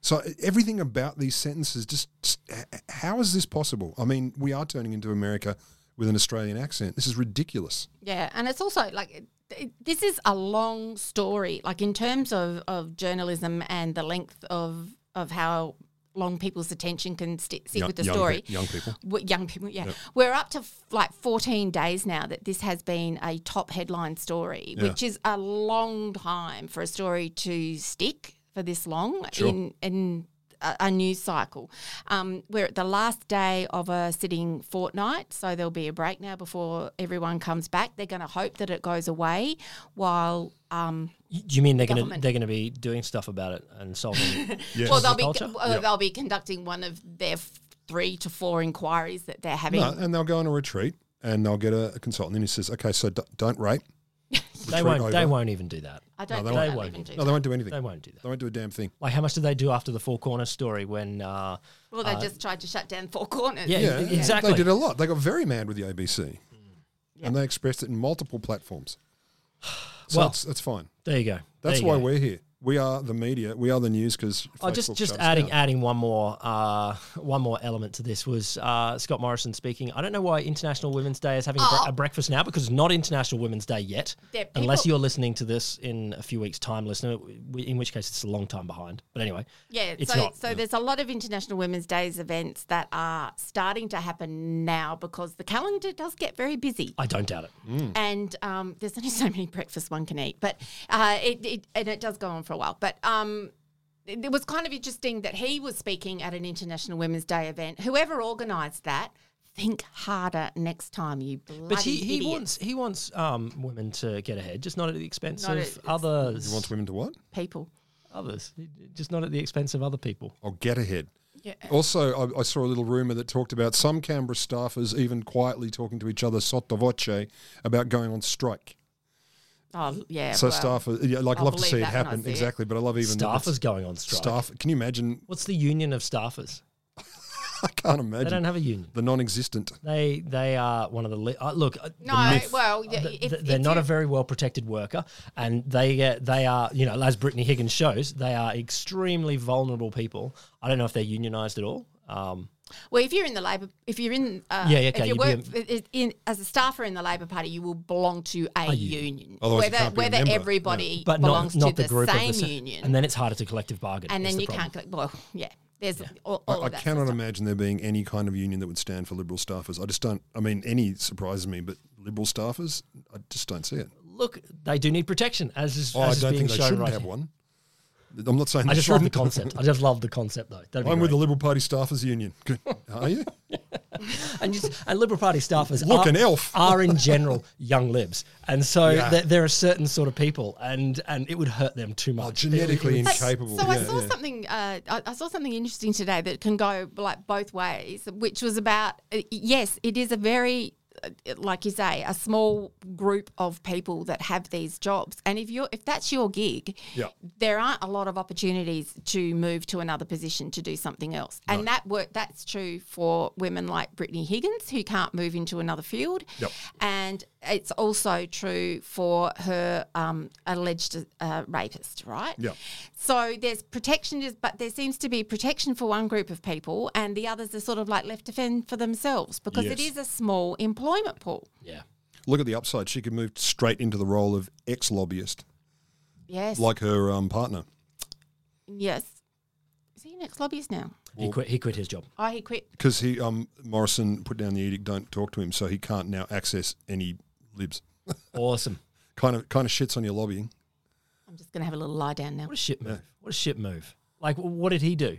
S7: So e, everything about these sentences, just, just h- how is this possible? I mean, we are turning into America with an Australian accent. This is ridiculous.
S8: yeah, and it's also like. It, it- this is a long story, like in terms of, of journalism and the length of of how long people's attention can sti sit
S7: Young-
S8: with the
S7: young pe-
S8: story.
S7: young people.
S8: w- young people. Yeah, we're up to f- like 14 days now that this has been a top headline story, which is a long time for a story to stick for this long in in a, a news cycle. Um, we're at the last day of a sitting fortnight, so there'll be a break now before everyone comes back. They're going to hope that it goes away while. Um,
S6: Y- You mean they're going to
S8: Government.
S6: they're going to be doing stuff about it and solving it?
S8: Well, they'll be uh,
S6: Culture?
S8: well, they'll be conducting one of their f- three to four inquiries that they're having.
S7: No, and they'll go on a retreat and they'll get a, a consultant in who says, okay, so d- don't rape.
S6: They
S7: Retreat
S6: won't. They
S7: over.
S6: won't even do that.
S8: I
S7: they won't.
S8: don't think they'll
S6: They
S8: even
S6: won't.
S8: do
S7: No,
S8: that.
S7: they won't do anything.
S6: They won't do that.
S7: They won't do a damn thing.
S6: Like, how much did they do after the Four Corners story when? Uh,
S8: Well, they just tried to shut down Four Corners.
S6: yeah,
S7: Yeah,
S6: e- exactly. Mm.
S7: They did a lot. They got very mad with the ABC. And they expressed it in multiple platforms. So
S6: Well-
S7: that's, that's fine.
S6: There you go. There
S7: That's
S6: you
S7: why
S6: go.
S7: we're here. We are the media. We are the news because
S6: Oh, just just adding adding one more uh, one more element to this was uh, Scott Morrison speaking. I don't know why International Women's Day is having a, bre- a breakfast now because it's not International Women's Day yet.
S8: They're
S6: Unless
S8: people-
S6: you're listening to this in a few weeks' time, listener, w- in which case it's a long time behind. But anyway,
S8: Yeah,
S6: it's
S8: so
S6: not.
S8: so there's a lot of International Women's Days events that are starting to happen now because the calendar does get very busy,
S6: I don't doubt it.
S8: and um, there's only so many breakfasts one can eat. But uh, it, it and it does go on for a while. But um, it, it was kind of interesting that he was speaking at an International Women's Day event. Whoever organised that, think harder next time, you bloody
S6: But he, he
S8: idiots.
S6: wants he wants um, women to get ahead, just not at the expense
S8: Not
S6: of
S8: at-
S6: others.
S7: He wants women to what?
S8: people.
S6: others, just not at the expense of other people.
S7: I'll Oh, get ahead. Yeah. Also, I, I saw a little rumor that talked about some Canberra staffers even quietly talking to each other sotto voce about going on strike.
S8: Oh yeah.
S7: So
S8: well,
S7: staff, are- yeah, like
S8: I'll
S7: love to
S8: believe
S7: see it
S8: that when I
S7: happen
S8: see it.
S7: exactly. But I love even that
S6: Staffers
S7: it's-
S6: going on strike.
S7: Staff, can you imagine?
S6: What's the union of staffers?
S7: I can't
S6: They don't
S7: imagine
S6: have a union.
S7: the non-existent.
S6: They they are one of the le- uh, look. uh,
S8: No,
S6: the myth-
S8: well, yeah,
S6: th- th-
S8: if-
S6: they're
S8: if
S6: not
S8: you-
S6: a very well protected worker, and they uh, they are you know as Brittany Higgins shows, they are extremely vulnerable people. I don't know if they're unionized at all. Um,
S8: Well, if you're in the Labor, if you're in, uh,
S6: Yeah, yeah, okay,
S8: if you
S6: you'd
S8: work
S6: be
S8: i- i- in, as a staffer in the Labor Party, you will belong to a,
S6: union.
S8: union,
S7: Otherwise you
S8: whether
S7: can't be a
S8: whether
S7: member.
S8: everybody
S6: but not
S8: belongs
S6: not
S8: to
S6: the group
S8: same
S6: of the sa-
S8: union,
S6: and then it's harder to collective bargain.
S8: and
S6: is
S8: then
S6: the
S8: you
S6: problem.
S8: can't. collect- Well, yeah, there's all, all
S7: I, I
S8: of that.
S7: cannot imagine there being any kind of union that would stand for Liberal staffers. I just don't. I mean, any surprises me, but Liberal staffers, I just don't see it.
S6: look, they do need protection, as is,
S7: Oh, I
S6: as is
S7: don't
S6: being
S7: think they
S6: shown
S7: shouldn't
S6: right
S7: have
S6: here.
S7: one. I'm not saying
S6: I
S7: they
S6: just love the
S7: shouldn't.
S6: concept. I just love the concept, though. That'd be
S7: I'm with the
S6: great.
S7: Liberal Party staffers union. Good. Are you?
S6: and, you, and Liberal Party staffers
S7: Look,
S6: are,
S7: an elf.
S6: are in general young libs, and so
S7: Yeah.
S6: there, there are certain sort of people, and and it would hurt them too much.
S7: Oh, genetically
S6: It would-
S8: But-
S7: incapable.
S8: So I
S7: Yeah,
S8: saw
S7: yeah.
S8: something. Uh, I, I saw something interesting today that can go like both ways, which was about uh, yes, it is a very uh, like you say a small group of people that have these jobs and if you're if that's your gig
S7: Yeah.
S8: there aren't a lot of opportunities to move to another position to do something else and that work that's true for women like brittany higgins who can't move into another field
S7: Yep.
S8: and it's also true for her um, alleged uh, rapist right
S7: Yeah.
S8: so there's protection, is- but there seems to be protection for one group of people, and the others are sort of like left to fend for themselves because it
S7: Yes.
S8: is a small employment pool.
S6: yeah.
S7: Look at the upside. She could move straight into the role of ex lobbyist,
S8: Yes.
S7: like her um, partner.
S8: yes. Is he an ex lobbyist now?
S6: He quit. He quit his job.
S8: Oh, he quit.
S7: Because he um, Morrison put down the edict, don't talk to him, so he can't now access any libs.
S6: Awesome.
S7: Kind of kind of shits on your lobbying.
S8: I'm just going to have a little lie down now.
S6: What a shit move. What a shit move. Like, wh- what did he do?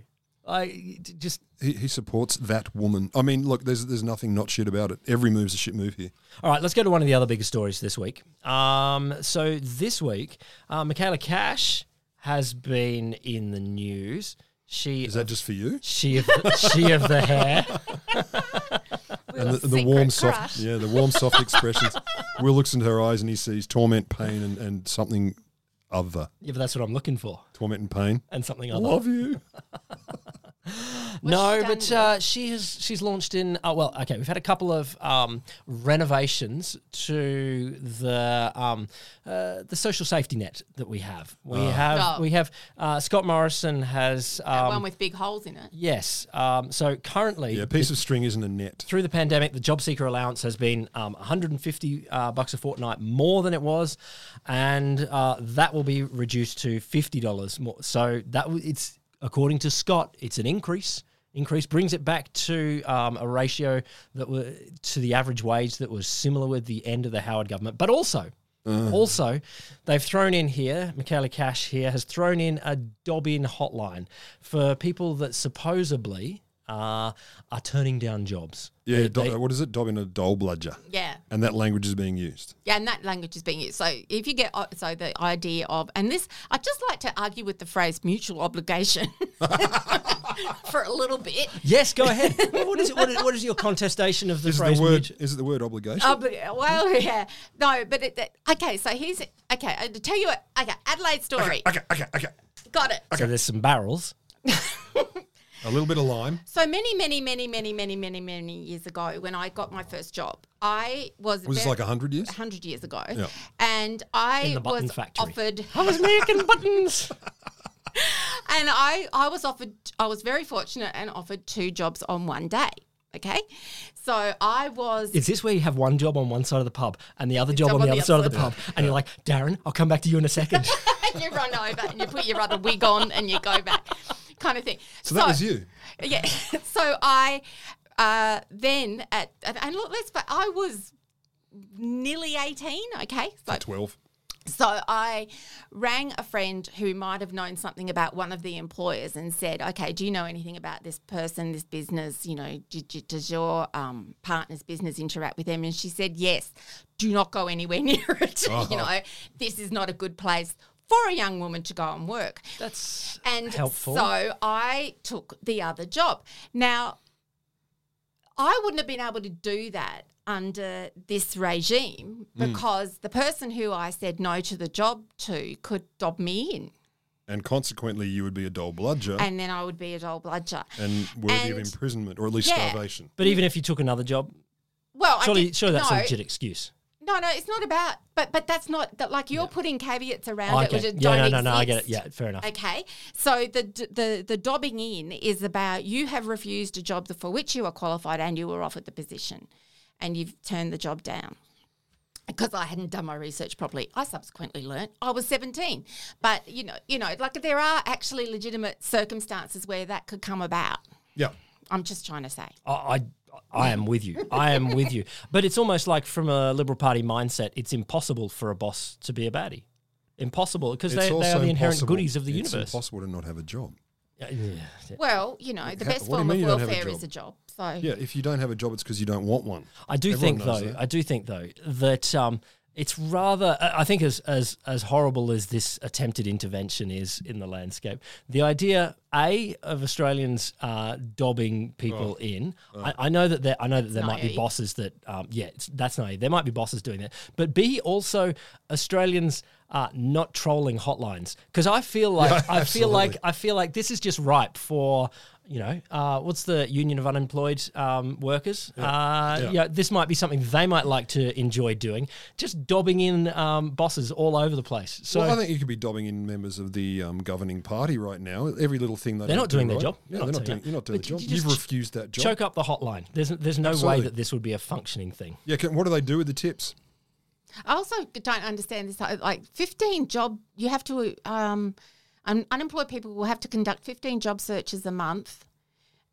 S6: I d- just.
S7: He, he supports that woman. I mean, look, there's there's nothing not shit about it. Every move's a shit move here.
S6: All right, let's go to one of the other biggest stories this week. Um, so this week, uh, Michaela Cash has been in the news. She
S7: Is that just for you?
S6: she of the, she of the hair.
S7: And the, the
S8: secret
S7: warm, soft,
S8: crush.
S7: yeah, the warm, soft expressions. Will looks into her eyes and he sees torment, pain, and, and something other.
S6: Yeah, but that's what I'm looking for,
S7: Torment and pain.
S6: and something
S7: I
S6: other.
S7: love you.
S6: No,
S8: What's
S6: but
S8: she done
S6: uh, she has she's launched in. Oh well, okay. We've had a couple of um, renovations to the um, uh, the social safety net that we have. We have
S8: Oh.
S6: we have uh, Scott Morrison has
S8: That one
S6: um,
S8: with big holes in it.
S6: yes. Um, so currently,
S7: Yeah, a piece of string isn't a net.
S6: through the pandemic, the job seeker allowance has been um, 150 uh, bucks a fortnight more than it was, and uh, that will be reduced to fifty dollars more. So that w- it's according to Scott, it's an increase. Increase brings it back to um, a ratio that were to the average wage that was similar with the end of the Howard government, but also. Also, they've thrown in here, Michaela Cash here has thrown in a Dobbin hotline for people that supposedly uh, are turning down jobs.
S7: Yeah,
S6: They-
S7: do-
S6: they-
S7: what is it? Dobbing a dole bludger.
S8: Yeah.
S7: And that language is being used.
S8: Yeah, and that language is being used. So if you get uh, so the idea of and this, I would just like to argue with the phrase mutual obligation for a little bit.
S6: yes, go ahead. what, is it, what, is, what is your contestation of the
S7: Is it
S6: phrase?
S7: the word?
S6: mutu-
S7: Is it the word obligation?
S8: Oh, but, well, yeah, no, but it, that- okay. So here's okay. I tell you what. Okay, Adelaide story.
S7: okay, okay, okay.
S8: Got it.
S6: So there's some barrels.
S7: A little bit of lime.
S8: So many, many, many, many, many, many, many years ago, when I got my first job, I was
S7: Was this like hundred years?
S8: hundred years ago,
S7: Yeah.
S8: and I
S6: In the button
S8: was
S6: factory.
S8: offered.
S6: I was making buttons.
S8: and I, I was offered I was very fortunate and offered two jobs on one day. Okay. So I was
S6: Is this where you have one job on one side of the pub and the other job on the other side of the pub? And you're like, Darren, I'll come back to you in a second.
S8: you run over and you put your other wig on and you go back. Kind of thing.
S7: So that was you.
S8: Yeah. So I uh, then at and and look let's but I was nearly 18, okay? So
S7: Twelve.
S8: So I rang a friend who might have known something about one of the employers and said, "Okay, do you know anything about this person, this business? You know, do, do- does your um, partner's business interact with them?" And she said, "Yes. Do not go anywhere near it. You know, this is not a good place." For a young woman to go and work.
S6: That's
S8: And
S6: helpful.
S8: so I took the other job. Now, I wouldn't have been able to do that under this regime because the person who I said no to the job to could dob me in
S7: And consequently, you would be a dole bludger and,
S8: and then I would be a dull bludger.
S7: worthy of
S8: and-
S7: imprisonment or at least
S8: Yeah.
S7: starvation.
S6: but even if you took another job,
S8: Well, I
S6: surely,
S8: did,
S6: surely that's a
S8: no,
S6: legit excuse.
S8: No, no, it's not about. But but that's not that. Like you're putting caveats around
S6: Oh,
S8: it, which
S6: okay.
S8: it
S6: Yeah,
S8: don't
S6: no, no, no, I get it.
S8: exist.
S6: Yeah, fair enough.
S8: Okay, so the d- the the dobbing in is about you have refused a job for which you are qualified and you were offered the position, and you've turned the job down. Because I hadn't done my research properly, I subsequently learnt I was seventeen. But you know, you know, like there are actually legitimate circumstances where that could come about.
S7: Yeah.
S8: I'm just trying to say.
S6: I, I, I am with you. I am with you. But it's almost like from a Liberal Party mindset, it's impossible for a boss to be a baddie. Impossible because they,
S7: It's
S6: they
S7: also
S6: are the inherent
S7: impossible-
S6: goodies of the
S7: it's
S6: universe.
S7: impossible to not have a job.
S6: Yeah, yeah.
S8: Well, you know, the
S7: How-
S8: best
S7: what do you
S8: form
S7: mean
S8: of
S7: you don't have a
S8: welfare
S7: job?
S8: is a job. So
S7: Yeah, if you don't have a job, it's because you don't want one.
S6: I do
S7: Everyone
S6: think
S7: knows
S6: though.
S7: that.
S6: I do think though that um, it's rather. I I think as as as horrible as this attempted intervention is in the landscape, the idea a of Australians uh, dobbing people
S7: Oh.
S6: in. I, I know that there. I know that there might be
S8: naive.
S6: bosses that. Um, yeah, it's, that's naive. There might be bosses doing that, but b also Australians. Uh, not trolling hotlines because I feel like I feel like I feel like this is just ripe for you know uh, what's the Union of Unemployed um, Workers uh,
S7: Yeah.
S6: yeah, this might be something they might like to enjoy doing. Just dobbing in um, bosses all over the place. So
S7: well, I think you could be dobbing in members of the um, governing party right now. Every little thing they
S6: they're
S7: don't
S6: not doing their
S7: do right.
S6: job.
S7: Yeah, they're not doing. You're not doing
S6: But
S7: the job.
S6: you
S7: You have
S6: just
S7: refused that job.
S6: Choke up the hotline. There's there's no
S7: Absolutely.
S6: way that this would be a functioning thing.
S7: Yeah. Can, what do they do with the tips?
S8: I also don't understand this. like- Like fifteen job, you have to. Um, un- unemployed people will have to conduct fifteen job searches a month,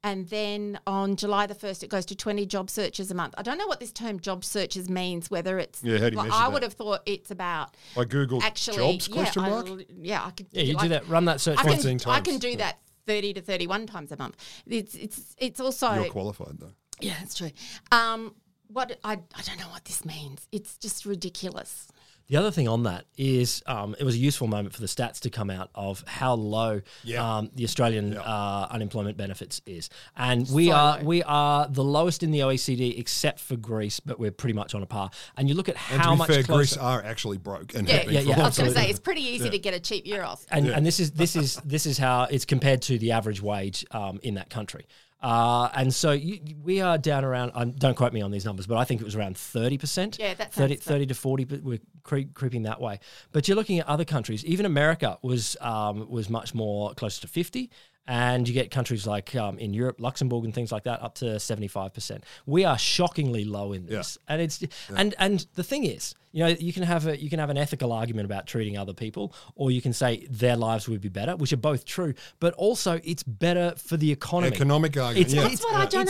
S8: and then on July the first, it goes to twenty job searches a month. I don't know what this term job searches means. Whether it's
S7: Yeah, how do you
S8: like,
S7: measure
S8: I
S7: that?
S8: would have thought it's about
S7: I googled
S8: actually
S7: jobs
S8: yeah,
S7: question
S8: I
S7: mark.
S8: l- yeah, I could
S6: Yeah, you do
S8: like-
S6: that. Run that search.
S8: I
S6: for
S8: can,
S7: 15
S8: I
S7: times,
S8: can do
S7: yeah.
S8: that thirty to thirty-one times a month. It's it's it's also
S7: You're qualified though.
S8: yeah, that's true. Um, what I I don't know what this means. It's just ridiculous.
S6: The other thing on that is um, it was a useful moment for the stats to come out of how low
S7: Yeah.
S6: um, the Australian uh, unemployment benefits is, and we are
S8: low.
S6: we are the lowest in the OECD except for Greece, but we're pretty much on a par. And you look at
S7: And
S6: how
S7: to be
S6: much
S7: fair,
S6: closer.
S7: Greece are actually broke and
S8: Yeah,
S7: have been
S8: yeah,
S7: for
S8: yeah.
S7: a
S8: I
S7: long
S8: was going to
S7: time.
S8: say it's pretty easy to get a cheap year off.
S6: and, and this is this is this is how it's compared to the average wage um, in that country. Uh, and so you, you- we are down around. Um, don't quote me on these numbers, but I think it was around thirty percent.
S8: Yeah, that
S6: 30,
S8: sounds fair.
S6: 30 to forty. But we're creep, creeping that way. But you're looking at other countries. Even America was um, was much more closer to fifty. And you get countries like um, in Europe, Luxembourg, and things like that, up to seventy five percent. We are shockingly low in this, and it's and and the thing is, you know, you can have a you can have an ethical argument about treating other people, or you can say their lives would be better, which are both true. But also, it's better for the economy.
S7: Economic argument.
S6: It's-
S7: yeah.
S8: That's what I don't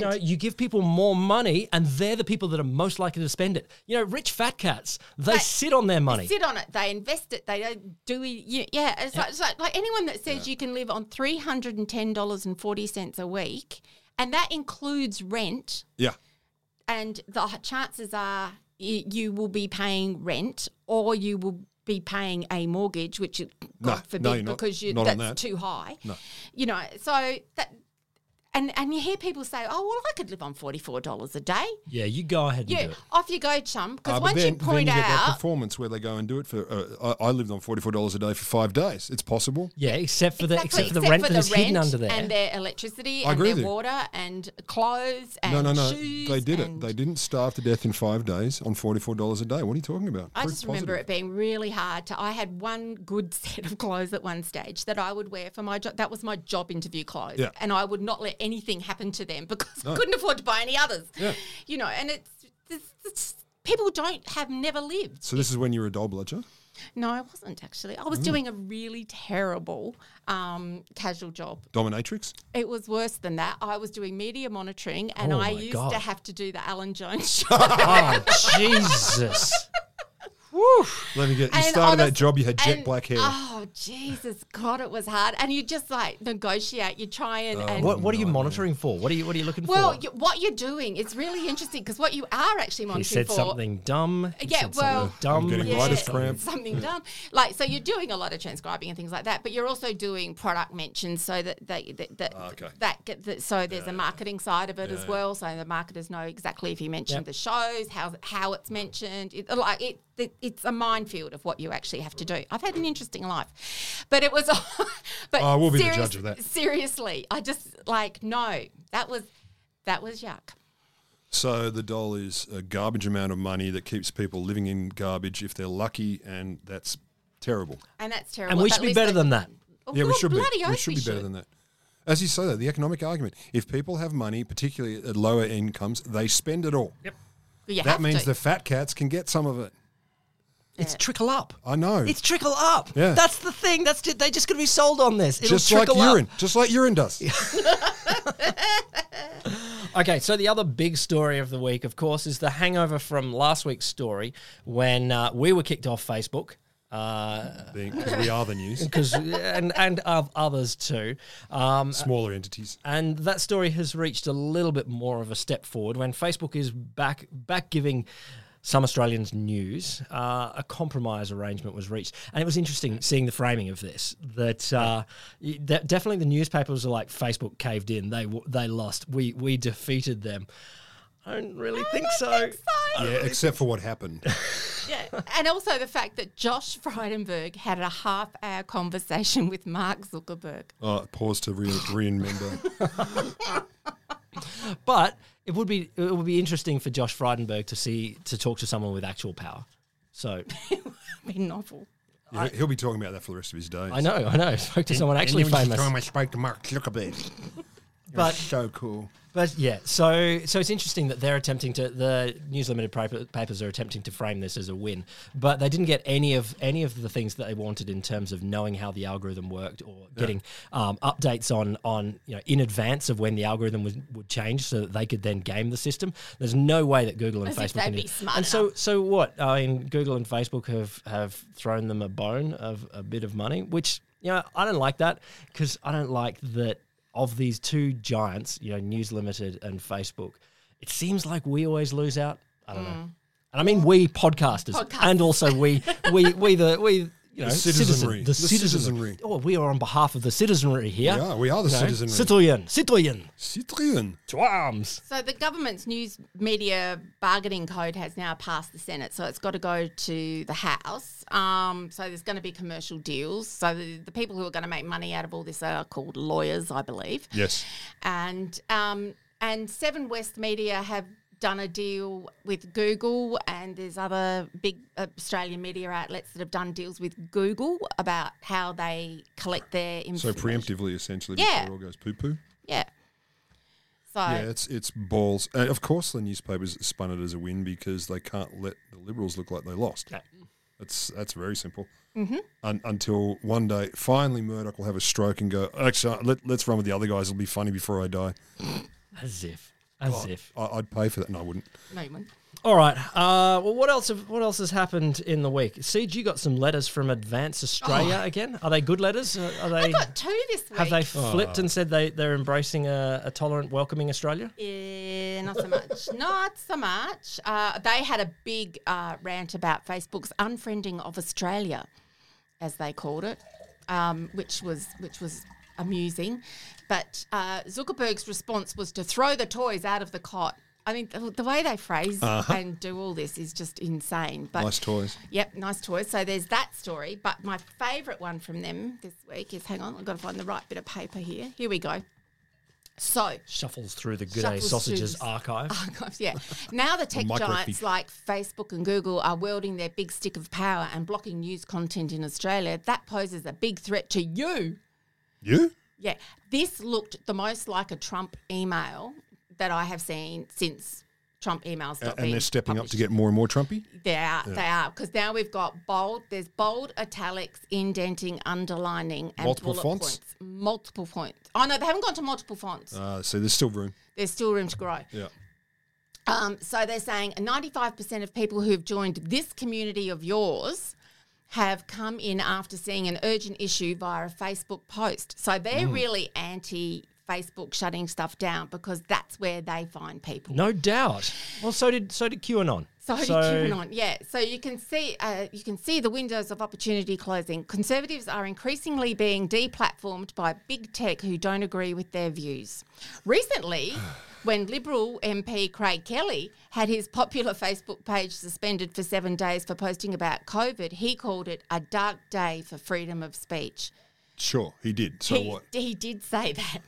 S6: You know, you give people more money, and they're the people that are most likely to spend it. You know, rich fat cats they
S8: But-
S6: sit on their money.
S8: They sit on it. They invest it. They don't do it. you- Yeah, it's, Like, it's like, like anyone that says you can live on three hundred and ten dollars and forty cents a week, and that includes rent.
S7: yeah.
S8: And the h- chances are you, you will be paying rent, or you will be paying a mortgage, which you-
S7: No,
S8: God
S7: no,
S8: forbid,
S7: you're not-
S8: because you,
S7: not
S8: that's
S7: on that.
S8: too high. You know, so that. And, and you hear people say, "Oh well, I could live on forty four dollars a day."
S6: yeah, you go ahead and
S8: Yeah,
S6: do it.
S8: off you go, chum. Because
S7: Ah, but
S8: once
S7: then,
S8: you point
S7: then you get that
S8: out,
S7: performance where they go and do it for. Uh, I, I lived on forty four dollars a day for five days. It's possible.
S6: Yeah, except for the
S8: Exactly,
S6: except for the rent that is hidden
S8: rent
S6: under there.
S8: and their electricity
S7: I
S8: and
S7: agree
S8: their
S7: with you.
S8: water and clothes and
S7: no, no, no.
S8: shoes.
S7: They did it.
S8: and-
S7: They didn't starve to death in five days on forty four dollars a day. What are you talking about?
S8: I
S7: Proof
S8: just remember
S7: positive.
S8: it being really hard. To, I had one good set of clothes at one stage that I would wear for my job. That was my job interview clothes,
S7: Yeah.
S8: and I would not let anything happen to them because I couldn't afford to buy any others.
S7: Yeah.
S8: You know, and it's, it's, it's people don't have never lived.
S7: So this is when you're a doll bludger.
S8: No, I wasn't actually. I was
S7: Mm.
S8: doing a really terrible um, casual job.
S7: Dominatrix?
S8: It was worse than that. I was doing media monitoring, and
S6: Oh
S8: I
S6: my
S8: used
S6: God.
S8: to have to do the Alan Jones show.
S6: oh Jesus!
S7: Let me get. You
S8: And
S7: started that
S8: honest-
S7: job. You had jet
S8: and-
S7: black hair.
S8: Oh Jesus God, it was hard. And you just like negotiate. You try
S7: Oh.
S8: and, and
S6: What what are you monitoring for? What are you what are you looking
S8: well,
S6: for?
S8: you, what you're doing is really interesting because what you are actually monitoring
S6: he said
S8: for.
S6: something dumb. He
S8: Yeah,
S6: said something
S8: well-
S6: dumb.
S7: I'm getting
S6: He said
S7: writer's
S6: something-
S7: cramp.
S8: Something dumb. Like, so you're doing a lot of transcribing and things like that, but you're also doing product mentions so that they, that, that,
S7: Ah, okay.
S8: that, get the, so there's a marketing side of it as well. So the marketers know exactly if you mention
S6: Yep.
S8: the shows, how, how it's mentioned. It, like it, it, it's a minefield of what you actually have to do. I've had an interesting life, but it was, but
S7: Oh, we'll be the judge of that.
S8: Seriously, I just like, no, that was, that was yuck.
S7: So the doll is a garbage amount of money that keeps people living in garbage if they're lucky, and that's terrible.
S8: And that's terrible.
S6: And we
S8: But
S6: should
S8: at
S6: be
S8: least
S6: better
S8: they-
S6: than that.
S8: Oh,
S7: Yeah, we
S8: God,
S7: should be.
S8: bloody
S7: We
S8: oath
S7: should be better than that. As you say, though, the economic argument: if people have money, particularly at lower incomes, they spend it all. Yep.
S8: You have
S7: That means
S8: to.
S7: the fat cats can get some of it.
S6: It's trickle up.
S7: I know.
S6: It's trickle up.
S7: Yeah.
S6: That's the thing. That's it. They just going to be sold on this. It'll
S7: just like
S6: trickle up.
S7: urine, just like urine does.
S6: Okay, so the other big story of the week, of course, is the hangover from last week's story when uh, we were kicked off Facebook. Uh,
S7: Because we are the news.
S6: because and and of others too, um,
S7: Smaller entities.
S6: and that story has reached a little bit more of a step forward when Facebook is back back giving some Australians news. Uh, a compromise arrangement was reached, and it was interesting seeing the framing of this. That, uh, y- that definitely the newspapers are like Facebook caved in. They w- they lost. We we defeated them. I don't really think, so.
S8: So,
S7: Yeah, except for what happened.
S8: yeah. And also the fact that Josh Frydenberg had a half hour conversation with Mark Zuckerberg.
S7: Oh, pause to re- remember.
S6: But it would be it would be interesting for Josh Frydenberg to see to talk to someone with actual power. So
S8: Be novel.
S7: Yeah, he'll be talking about that for the rest of his days.
S6: I know, I know. Spoke to someone actually famous.
S7: I spoke to Mark Zuckerberg.
S6: But-
S7: so cool.
S6: But yeah, so so it's interesting that they're attempting to the News Limited paper, papers are attempting to frame this as a win, but they didn't get any of any of the things that they wanted in terms of knowing how the algorithm worked or getting um, updates on on you know in advance of when the algorithm was, would change so that they could then game the system. There's no way that Google and
S8: As if
S6: Facebook can
S8: they'd
S6: do-
S8: be smart
S6: And so so what? I mean, Google and Facebook have have thrown them a bone of a bit of money, which you know I don't like that because I don't like that of these two giants, you know, News Limited and Facebook. It seems like we always lose out. I don't know, and I mean we podcasters, and also we we we the we. You know, citizen-
S7: citizenry.
S6: the,
S7: The
S6: citizenry.
S7: citizenry.
S6: Oh, we are on behalf of the citizenry here.
S7: Yeah, we are the
S6: You know,
S7: citizenry.
S6: Citoyen, citoyen,
S7: Citroen.
S6: to arms.
S8: So the government's news media bargaining code has now passed the Senate, so it's got to go to the House. Um, so there's going to be commercial deals. So the, the people who are going to make money out of all this are called lawyers, I believe.
S7: Yes.
S8: and um, and Seven West Media have done a deal with Google, and there's other big Australian media outlets that have done deals with Google about how they collect their
S7: So
S8: information.
S7: preemptively, essentially, before
S8: Yeah.
S7: it all goes poo poo.
S8: yeah. So
S7: Yeah, it's it's balls. And of course, the newspapers spun it as a win because they can't let the Liberals look like they lost. That's that's very simple. Mm-hmm. Un, until one day, finally, Murdoch will have a stroke and go, actually, let, let's run with the other guys. It'll be funny before I die.
S6: As if, as if.
S7: I, I'd pay for that. and I wouldn't.
S8: no one.
S6: All right. Uh, well, what else? Have, what else has happened in the week? Siege, you got some letters from Advance Australia again. Are they good letters? Uh, Are, are they?
S8: Oh. Got two this week.
S6: have they flipped and said they they're embracing a, a tolerant, welcoming Australia?
S8: Yeah, Eh, not so much. not so much. Uh, they had a big uh, rant about Facebook's unfriending of Australia, as they called it, um, which was which was amusing. But uh, Zuckerberg's response was to throw the toys out of the cot. I mean, the, the way they phrase and do all this is just insane. But
S7: Uh-huh. Nice toys.
S8: Yep, nice toys. So there's that story. But my favourite one from them this week is hang on, I've got to find the right bit of paper here. Here we go. So,
S6: Shuffles through the Good
S8: Shuffles
S6: Sausages
S8: through-
S6: archive.
S8: Archives, yeah. Now the tech
S7: Microfiche.
S8: giants like Facebook and Google are wielding their big stick of power and blocking news content in Australia. That poses a big threat to you.
S7: You?
S8: Yeah. This looked the most like a Trump email that I have seen since Trump emails
S7: and
S8: stopped being
S7: they're stepping up to
S8: published.
S7: get more and more Trumpy.
S8: They are. They are because now we've got bold. There's bold italics, indenting, underlining, and
S7: Multiple
S8: bullet
S7: fonts?
S8: points. Multiple fonts. Oh no, they haven't gone to multiple fonts.
S7: Uh, so there's still room.
S8: There's still room to grow.
S7: Yeah.
S8: Um, so they're saying 95% of people who've joined this community of yours have come in after seeing an urgent issue via a Facebook post. So they're really anti Facebook shutting stuff down because that's where they find people.
S6: No doubt. Well, so did so did QAnon.
S8: So, did QAnon, yeah. So you can see uh, you can see the windows of opportunity closing. Conservatives are increasingly being deplatformed by big tech who don't agree with their views. Recently, when Liberal MP Craig Kelly had his popular Facebook page suspended for seven days for posting about COVID, he called it a dark day for freedom of speech.
S7: Sure, he did. So
S8: he,
S7: what?
S8: he did say that.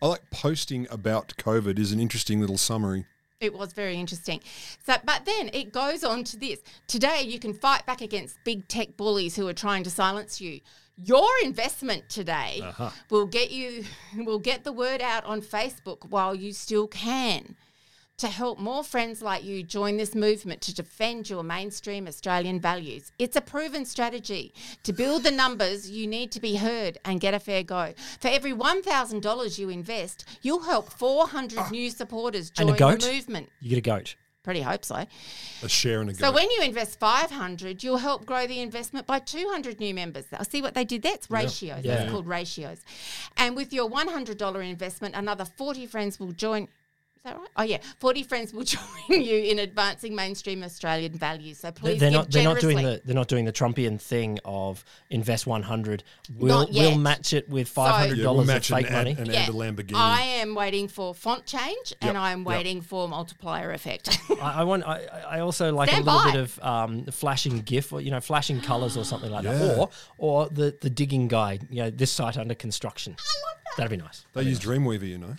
S7: I like posting about COVID is an interesting little summary.
S8: It was very interesting. So, but then it goes on to this. Today, you can fight back against big tech bullies who are trying to silence you. Your investment today
S6: Uh-huh.
S8: will get you will get the word out on Facebook while you still can. to help more friends like you join this movement to defend your mainstream Australian values. It's a proven strategy. To build the numbers, you need to be heard and get a fair go. For every $1,000 you invest, you'll help 400 new supporters join
S6: And a goat?
S8: the movement.
S6: You get a goat.
S8: Pretty hope so.
S7: A share and a
S8: So
S7: go.
S8: when you invest 500, you'll help grow the investment by 200 new members. I'll see what they did. That's ratios. That's called ratios. And with your $100 investment, another 40 friends will join. Is that right? Oh yeah, 40 friends will join you in advancing mainstream Australian values. So
S6: They-
S8: please
S6: They're
S8: give
S6: not. They're not
S8: generously.
S6: doing the. They're not doing the Trumpian thing of invest one hundred. We'll
S8: Not
S6: we'll
S8: yet.
S6: match it with five hundred
S7: yeah, we'll
S6: dollars of
S7: match an,
S6: fake
S7: ad,
S6: money.
S7: an
S8: Yeah.
S7: ad to Lamborghini.
S8: I am waiting for font change
S7: Yep,
S8: and I'm
S7: yep.
S8: waiting for multiplier effect.
S6: I, I want. I, I also like a
S8: Stand
S6: little
S8: by.
S6: bit of um, flashing GIF, or you know, flashing colours or something like
S7: Yeah.
S6: that, or or the the digging guy. You know, this site under construction. I love that. That'd be nice.
S7: they use Dreamweaver, you know.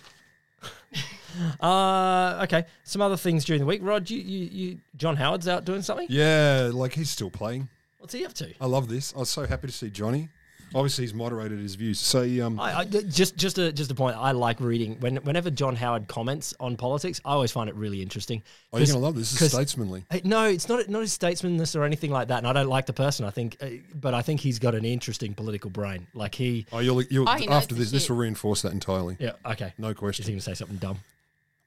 S6: Uh, okay. Some other things during the week. Rod, you, you, you John Howard's out doing something.
S7: Yeah, like he's still playing.
S6: What's he up to?
S7: I love this. I was so happy to see Johnny. Obviously, he's moderated his views. So, he, um,
S6: I, I, just just a just a point. I like reading when whenever John Howard comments on politics. I always find it really interesting.
S7: oh, you're
S6: 'Cause-
S7: going to love this. This is
S6: 'cause-
S7: statesmanly.
S6: Uh, No, it's not not his statesmanness or anything like that. And I don't like the person. I think, uh, but I think he's got an interesting political brain. Like he,
S7: Oh, you'll, you'll,
S8: Oh, he knows
S7: after
S8: the
S7: this, this
S8: shit.
S7: will reinforce that entirely.
S6: yeah, okay,
S7: No
S6: Is
S7: question.
S6: he going to say something dumb?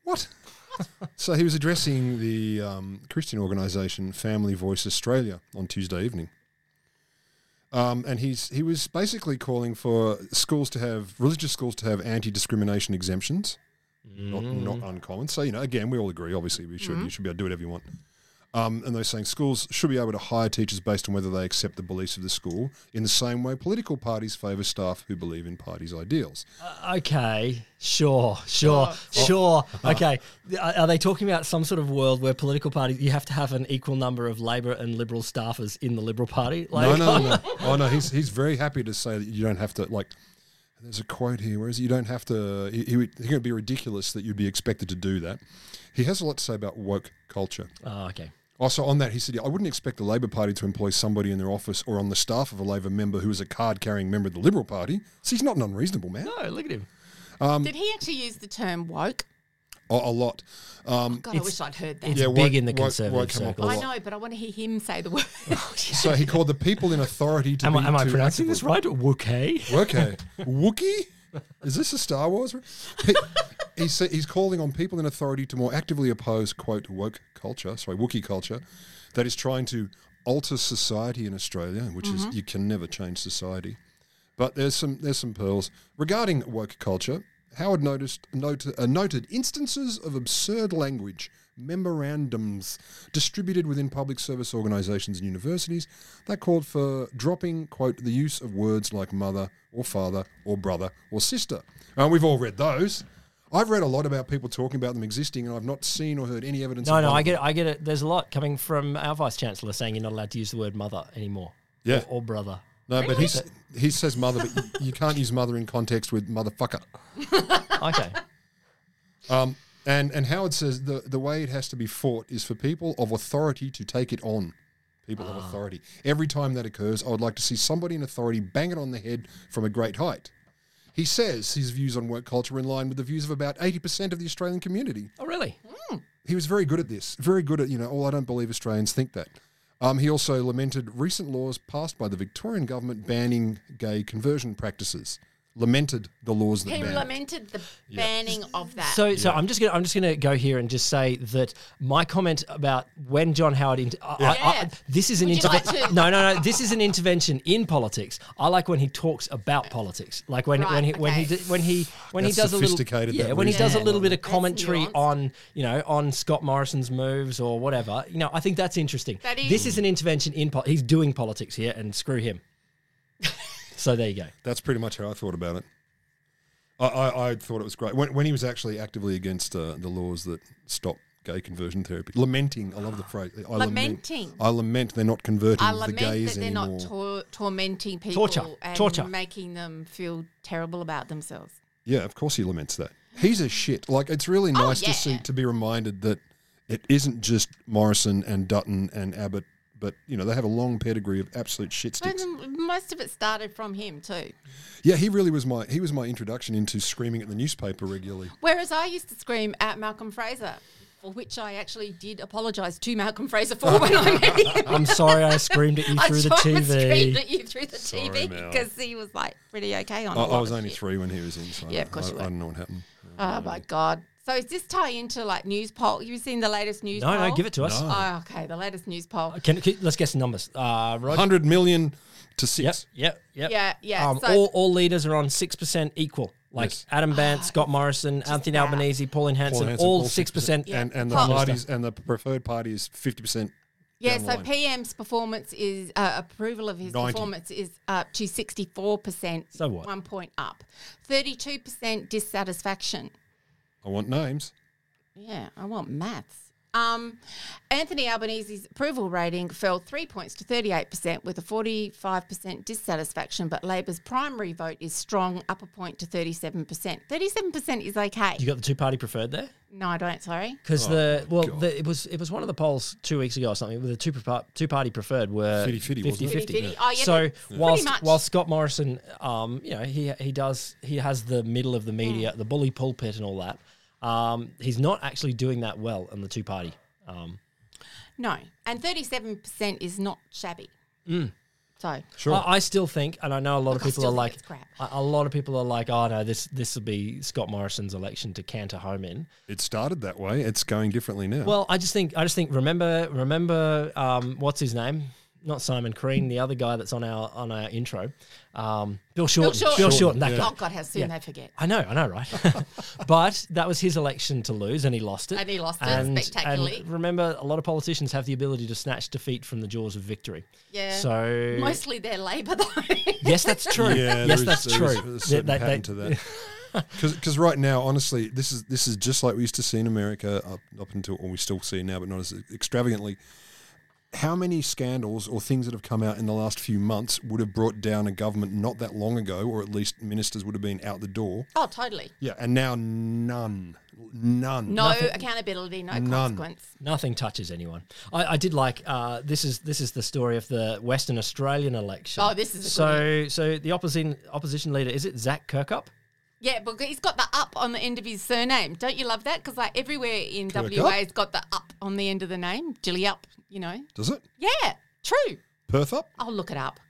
S7: What? so he was addressing the um, Christian organisation Family Voice Australia on Tuesday evening, um, and he's he was basically calling for schools to have religious schools to have anti discrimination exemptions, not, not uncommon. So you know, again, we all agree. Obviously, we should you should be able to do whatever you want. Um, and they're saying schools should be able to hire teachers based on whether they accept the beliefs of the school in the same way political parties favour staff who believe in party's ideals.
S6: Uh, okay, sure, sure, sure.
S7: Oh.
S6: Okay, are, are they talking about some sort of world where political parties you have to have an equal number of Labor and Liberal staffers in the Liberal Party?
S7: No, no, no, no. Oh no, he's he's very happy to say that you don't have to like. There's a quote here. Whereas you don't have to. He, he would, he would be ridiculous that you'd be expected to do that. He has a lot to say about woke culture.
S6: Oh, okay.
S7: Also, on that, he said, "I wouldn't expect the Labor Party to employ somebody in their office or on the staff of a Labor member who is a card-carrying member of the Liberal Party." So he's not an unreasonable man.
S6: No, look at him. Um,
S8: Did he actually use the term woke?
S7: A, a lot. Um,
S8: God, I wish I'd heard that.
S6: It's
S7: Yeah,
S6: big
S7: woke-
S6: in the
S7: woke- woke
S6: conservative
S7: come up a
S6: circles.
S8: I
S7: lot.
S8: know, but I want to hear him say the word.
S6: Oh,
S7: So he called the people in authority to.
S6: Am,
S7: be,
S6: I, am I
S7: to
S6: pronouncing
S7: actively-
S6: this right? Okay.
S7: Okay. Wookie? Is this a Star Wars? re- He, he sa- he's calling on people in authority to more actively oppose, quote, woke culture, sorry, Wookie culture, that is trying to alter society in Australia, which is you can never change society. But there's some there's some pearls regarding woke culture. Howard noticed note, uh, noted instances of absurd language memorandums distributed within public service organisations and universities that called for dropping quote the use of words like mother or father or brother or sister. And we've all read those. I've read a lot about people talking about them existing, and I've not seen or heard any evidence.
S6: No,
S7: of
S6: no,
S7: one
S6: I
S7: of them.
S6: get, it, I get it. There's a lot coming from our vice chancellor saying you're not allowed to use the word mother anymore.
S7: Yeah.
S6: Or, or brother.
S7: No, but he's, he says mother, but you- you can't use mother in context with motherfucker.
S6: Okay.
S7: And and Howard says the the way it has to be fought is for people of authority to take it on. People
S8: Ah.
S7: of authority. Every time that occurs, I would like to see somebody in authority bang it on the head from a great height. He says his views on work culture are in line with the views of about 80% of the Australian community.
S6: oh, really?
S7: He was very good at this, very good at, you know, oh, I don't believe Australians think that. Um, he also lamented recent laws passed by the Victorian government banning gay conversion practices, lamented the laws that
S8: He
S7: ban it.
S8: lamented the banning of that.
S6: So, so I'm just gonna I'm just gonna go here and just say that my comment about when John Howard inter- I- I, I,
S8: Yeah.
S6: this is an
S8: Would you like
S6: intervention.
S8: to-
S6: no, no, no. This is an intervention in politics. I like when he talks about politics, like when when
S8: Right,
S6: he when he
S8: okay.
S6: d- when he when he
S7: That's
S6: does a little
S7: sophisticated,
S6: yeah
S7: that
S6: when he does a
S7: reasoning.
S6: little bit of
S8: That's
S6: commentary
S8: nuanced.
S6: on you know on Scott Morrison's moves or whatever. You know, I think that's interesting.
S8: That is-
S6: This is an intervention in po- he's doing politics here, and screw him. so there you go.
S7: That's pretty much how I thought about it. I, I, I thought it was great when, when he was actually actively against uh, the laws that stop gay conversion therapy. Lamenting, I love the phrase. I
S8: Lamenting.
S7: Lament, I lament they're not converting
S8: I
S7: the
S8: lament
S7: gays
S8: that they're
S7: anymore.
S8: not tor- tormenting people
S6: Torture.
S8: and
S6: Torture.
S8: making them feel terrible about themselves.
S7: yeah, of course he laments that. He's a shit. Like it's really
S8: Oh,
S7: nice
S8: yeah.
S7: to see to be reminded that it isn't just Morrison and Dutton and Abbott, but you know they have a long pedigree of absolute shit
S8: Well,
S7: sticks.
S8: most of it started from him too.
S7: Yeah, he really was my he was my introduction into screaming at the newspaper regularly.
S8: Whereas I used to scream at Malcolm Fraser for which I actually did apologise to Malcolm Fraser for when I met him.
S6: I'm sorry I screamed at you
S8: I
S6: through the
S8: sort of screamed
S6: TV.
S8: at you through the
S7: Sorry,
S8: TV
S7: Mal.
S8: because he was like pretty okay on.
S7: I,
S8: a lot
S7: I was
S8: of
S7: only
S8: shit.
S7: three when he was in, so
S8: Yeah, of course
S7: I, I
S8: you were.
S7: don't know what happened.
S8: Oh my god! So does this tie into like news poll? You've seen the latest news
S6: No,
S8: poll?
S6: no, give it to us.
S8: Oh, okay. The latest news poll.
S6: Can, can- let's guess the numbers. Uh, Roger.
S7: 100 million to
S6: Yep,
S7: six.
S6: yep, yep.
S8: Yeah, yeah,
S6: Um,
S8: so- Ah,
S6: all, all leaders are on 6% equal. Like
S7: Yes.
S6: Adam Bant, Scott Morrison, Anthony Albanese, Pauline Hanson,
S7: Paul Hanson,
S6: all,
S7: all
S6: 6%.
S7: And, and the
S8: Pop.
S7: parties and the preferred party is 50%.
S8: Yeah.
S7: down the
S8: So
S7: line.
S8: PM's performance is uh, approval of his
S7: 90.
S8: performance is up to sixty four percent.
S6: So what?
S8: One point up. Thirty two percent dissatisfaction.
S7: I want names.
S8: Yeah, I want maths. Um, Anthony Albanese's approval rating fell three points to 38% with a 45% dissatisfaction, but Labor's primary vote is strong, up a point to 37%. 37% is okay.
S6: You got the two party preferred there?
S8: no, I don't, sorry.
S6: Because
S7: Oh
S6: the well, the, it was it was one of the polls two weeks ago or something. Where the two two party preferred were
S7: 50-50, wasn't it?
S6: 50-50.
S8: 50-50. Oh, yeah,
S6: so
S8: that's pretty
S6: whilst
S8: much.
S6: whilst Scott Morrison, um, you know, he he does he has the middle of the media,
S8: Hmm.
S6: the bully pulpit, and all that. Um, he's not actually doing that well in the two party. Um,
S8: No. And 37% is not shabby.
S6: Mm.
S8: So,
S7: Sure.
S6: I, I still think, and I know a lot
S8: Look, I
S6: of people
S8: still
S6: are
S8: think
S6: like,
S8: it's crap.
S6: a, a lot of people are like, oh no, this this will be Scott Morrison's election to canter home in.
S7: It started that way. It's going differently now.
S6: Well, I just think I just think remember remember um, what's his name? Not Simon Crean, the other guy that's on our on our intro. Um, Bill Shorten. Bill Shorten.
S8: Shorten.
S6: that guy.
S8: oh God, how soon they forget.
S6: I know, I know, right? but that was his election to lose, and he lost it.
S8: And he lost it spectacularly.
S6: And remember, a lot of politicians have the ability to snatch defeat from the jaws of victory.
S8: Yeah.
S6: So
S8: Mostly their labour, though.
S6: yes, that's true.
S7: yeah,
S6: yes,
S7: there
S6: that's
S7: is- there
S6: true.
S7: is a certain
S6: They- they-
S7: pattern to that. Because right now, honestly, this is this is just like we used to see in America up up until, or we still see now, but not as extravagantly. How many scandals or things that have come out in the last few months would have brought down a government not that long ago, or at least ministers would have been out the door?
S8: oh, totally.
S7: Yeah, and now none, none.
S8: No accountability, no consequence.
S6: Nothing touches anyone. I, I did like uh, this is this is the story of the Western Australian election.
S8: Oh, this is a
S6: so so the opposition opposition leader is it Zach Kirkup?
S8: Yeah, but he's got the up on the end of his surname. Don't you love that? Because like everywhere in
S7: Kirk
S8: WA,
S7: up?
S8: it's got the up on the end of the name. Jilly up, you know.
S7: Does it?
S8: Yeah, true.
S7: Perth up,
S8: I'll look it up.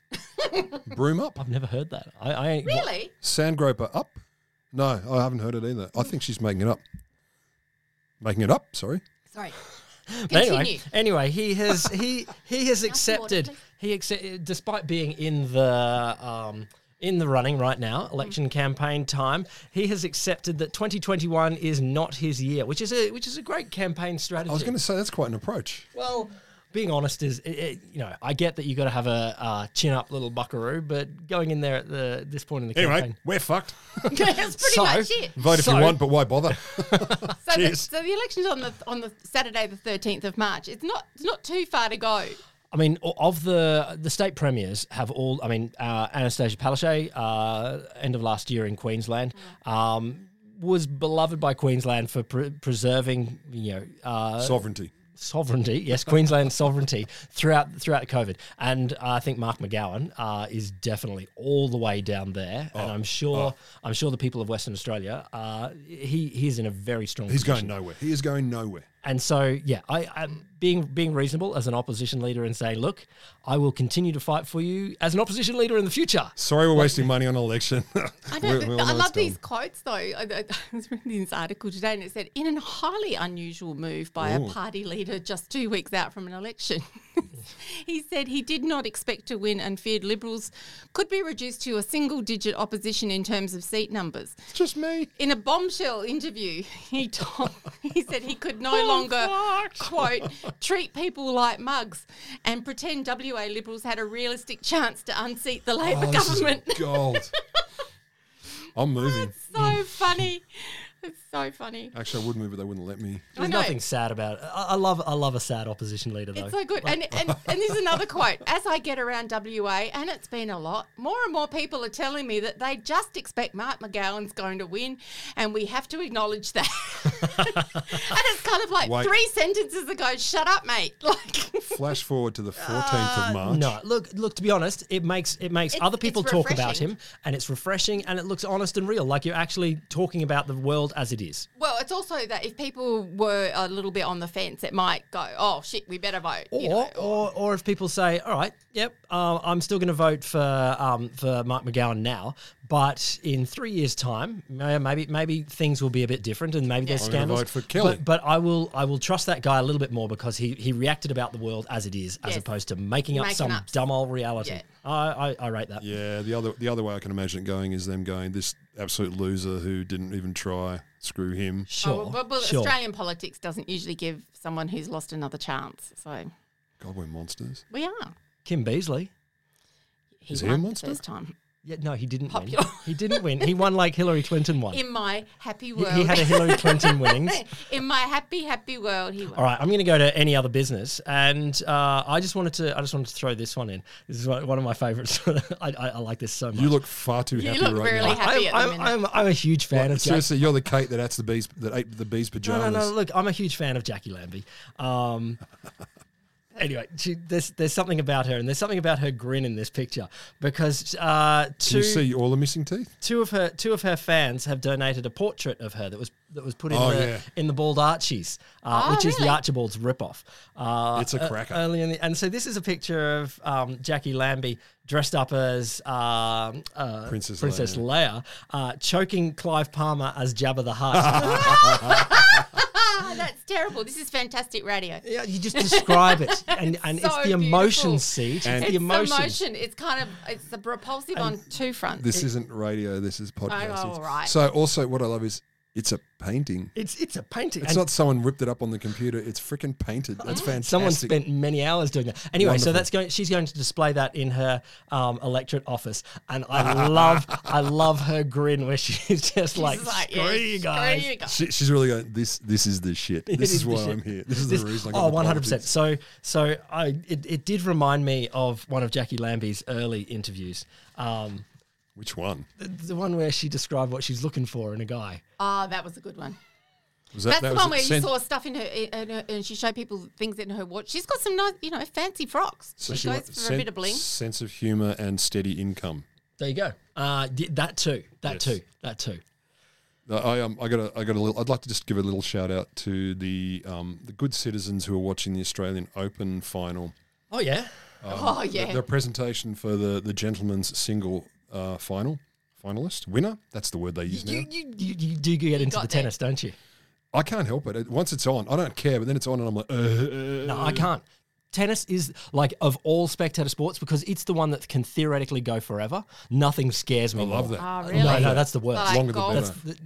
S7: broom up,
S6: I've never heard that. I, I ain't-
S8: Really?
S7: sandgroper up. No, I haven't heard it either. I think she's making it up. Making it up. Sorry.
S8: Sorry.
S6: But
S8: Continue.
S6: Anyway, anyway, he has he he has accepted
S8: please.
S6: he accept, despite being in the um in the running right now,
S8: Mm-hmm.
S6: election campaign time, he has accepted that 2021 is not his year, which is a which is a great campaign strategy.
S7: I was going to say that's quite an approach.
S6: Well, being honest is, it, it, you know, I get that you got to have a uh, chin up little buckaroo, but going in there at the this point in the
S7: Anyway,
S6: campaign,
S7: we're fucked.
S8: That's pretty
S6: So-
S8: much it.
S7: Vote if
S6: So-
S7: you want, but why bother?
S8: So the,
S7: Cheers.
S8: so the election's on the on the Saturday the thirteenth of March. It's not it's not too far to go.
S6: I mean, o- of the the state premiers have all. I mean, uh, Anastasia Palaszczuk, uh, end of last year in Queensland, um, was beloved by Queensland for pre- preserving, you know, uh,
S7: Sovereignty.
S6: sovereignty. Yes, Queensland's sovereignty throughout throughout COVID, and uh, I think Mark McGowan uh, is definitely all the way down there. and
S7: Oh.
S6: I'm sure I'm sure the people of Western Australia, uh, he he's in a very strong.
S7: He's
S6: position.
S7: going nowhere. He is going nowhere.
S6: And so, yeah, I, I being being reasonable as an opposition leader and saying, look, I will continue to fight for you as an opposition leader in the future.
S7: Sorry, we're wasting money on election.
S8: I don't. I love these quotes though. I, I I was reading this article today, and it said, "In a highly unusual move by a party leader just two weeks out from an election." he said he did not expect to win and feared Liberals could be reduced to a single-digit opposition in terms of seat numbers.
S7: It's just me.
S8: In a bombshell interview, he told, he said he could no
S7: Oh,
S8: longer quote treat people like mugs and pretend WA Liberals had a realistic chance to unseat the Labor
S7: Oh, this is
S8: government.
S7: gold. I'm moving.
S8: so funny. It's so funny.
S7: Actually, I would move, but they wouldn't let me.
S6: There's
S8: know.
S6: nothing sad about it. I, I love I love a sad opposition leader though.
S8: It's so good. And, and, and there's another quote. As I get around WA, and it's been a lot, more and more people are telling me that they just expect Mark McGowan's going to win, and we have to acknowledge that. and it's kind of like
S7: Wait.
S8: three sentences ago, shut up, mate. Like,
S7: Flash forward to the 14th
S6: Uh,
S7: of March.
S6: no, look, look. To be honest, it makes it makes
S8: It's-
S6: other
S8: it's
S6: people talk about
S8: refreshing.
S6: him, and it's refreshing, and it looks honest and real, like you're actually talking about the world
S9: as it is.
S8: Well, it's also that if people were a little bit on the fence, it might go, oh shit, we better vote.
S6: Or,
S8: you know,
S6: or, or if people say, all right, yep, uh, I'm still going to vote for um, for Mike McGowan now, but in three years' time, may- maybe maybe things will be a bit different, and maybe there's
S7: I'm gonna
S6: scandals.
S7: vote for Kelly.
S6: But, but I will I will trust that guy a little bit more because he, he reacted about the world as it is, as
S8: Yes.
S6: opposed to making up
S8: Making
S6: some
S8: up-
S6: dumb old reality.
S8: Yeah.
S6: I, I I rate that.
S7: Yeah, the other the other way I can imagine it going is them going this absolute loser who didn't even try. Screw him.
S8: Oh,
S6: Sure,
S8: well, well, well,
S6: sure.
S8: Australian politics doesn't usually give someone who's lost another chance. So
S7: God, we're monsters.
S8: we are.
S6: Kim Beazley.
S8: He
S7: Is he a
S8: won the
S7: monster?
S8: first time.
S6: Yeah, no, he didn't
S8: Popular.
S6: win. He didn't win. He won like Hillary Clinton won.
S8: In my happy
S6: He,
S8: world.
S6: he had a Hillary Clinton winnings.
S8: in my happy, happy world, he won.
S6: All right, I'm going to go to any other business, and uh, I just wanted to I just wanted to throw this one in. This is one one of my favorites. I, I, I like this so much.
S7: You look far too happy
S8: look
S7: right
S8: really
S7: now.
S8: happy. at the
S6: I'm, I'm,
S8: minute.
S6: I'm, I'm a huge fan of Jack.
S7: Seriously, you're the Kate that ate the bees that ate the bees
S6: No,
S7: pajamas.
S6: no, no. Look, I'm a huge fan of Jackie Lambie. Um, anyway, she, there's there's something about her, and there's something about her grin in this picture because uh,
S7: Can
S6: two
S7: you see all the missing teeth?
S6: two of her two of her fans have donated a portrait of her that was that was put in
S7: Oh,
S6: the
S7: yeah.
S6: in the Bald Archies, uh,
S8: Oh,
S6: which is the
S8: really?
S6: Archibalds ripoff. Uh,
S7: It's a
S6: uh,
S7: cracker.
S6: early in the, and so this is a picture of um, Jackie Lambie dressed up as um, uh,
S7: Princess
S6: Leia, uh, choking Clive Palmer as Jabba the Hutt.
S8: Oh, that's terrible. This is fantastic radio.
S6: yeah, you just describe it, and and it's,
S8: so
S6: the emotion
S8: beautiful.
S6: seat.
S7: And-
S6: it's
S8: It's
S6: the
S8: the
S6: emotion.
S8: motion. It's kind of it's the repulsive on two fronts.
S7: This is isn't radio. This is
S6: Oh,
S7: podcast.
S8: all right.
S7: So also, what I love is it's a painting.
S6: It's it's a painting.
S7: It's
S6: and
S7: not someone ripped it up on the computer. It's freaking painted. That's fantastic.
S6: Someone spent many hours doing that. Anyway, so
S7: Wonderful.
S6: that's going. She's going to display that in her um, electorate office, and I love, I love her grin where she's just like,
S8: It's like,
S6: "Screw
S8: yeah,
S6: you guys."
S8: Screw you guys.
S7: She, she's really going. This this is the shit. This
S6: It
S7: is,
S6: the
S7: why
S6: shit.
S7: I'm here. This is the reason. I got
S6: oh,
S7: into
S6: 100 percent.
S7: politics.
S6: So, so I it, it did remind me of one of Jackie Lambie's early interviews, um,
S7: Which one
S6: the, the one where she described what she's looking for in a guy.
S8: Ah, that was a good one.
S7: was
S8: That's the
S7: was
S8: one where
S7: it?
S8: you
S7: Sen-
S8: saw stuff in her, in her, and she showed people things in her watch. She's got some nice, you know, fancy frocks.
S7: so
S8: she,
S7: she
S8: goes
S7: went-
S8: for a
S7: sen-
S8: bit of bling.
S7: sense of humor, and steady income.
S6: There you go. Uh, d- that too. That
S7: Yes.
S6: too. That too.
S7: Uh, I um, I got a, I got a little. I'd like to just give a little shout out to the um, the good citizens who are watching the Australian Open final.
S6: Oh yeah.
S8: Oh yeah,
S7: The, the presentation for the the gentlemen's single uh, final finalist winner. That's the word they use now.
S6: You, you, you, you do get into
S8: got
S6: the
S8: there.
S6: tennis, don't you?
S7: I can't help it. it. Once it's on, I don't care. But then it's on, and I'm like, uh, uh,
S6: No, I can't. Tennis is like of all spectator sports because it's the one that can theoretically go forever. Nothing scares me.
S7: I love
S6: more.
S7: that.
S8: Oh,
S6: No,
S8: really?
S6: no, that's the worst.
S8: Like
S7: Longer the
S8: golf.
S7: better.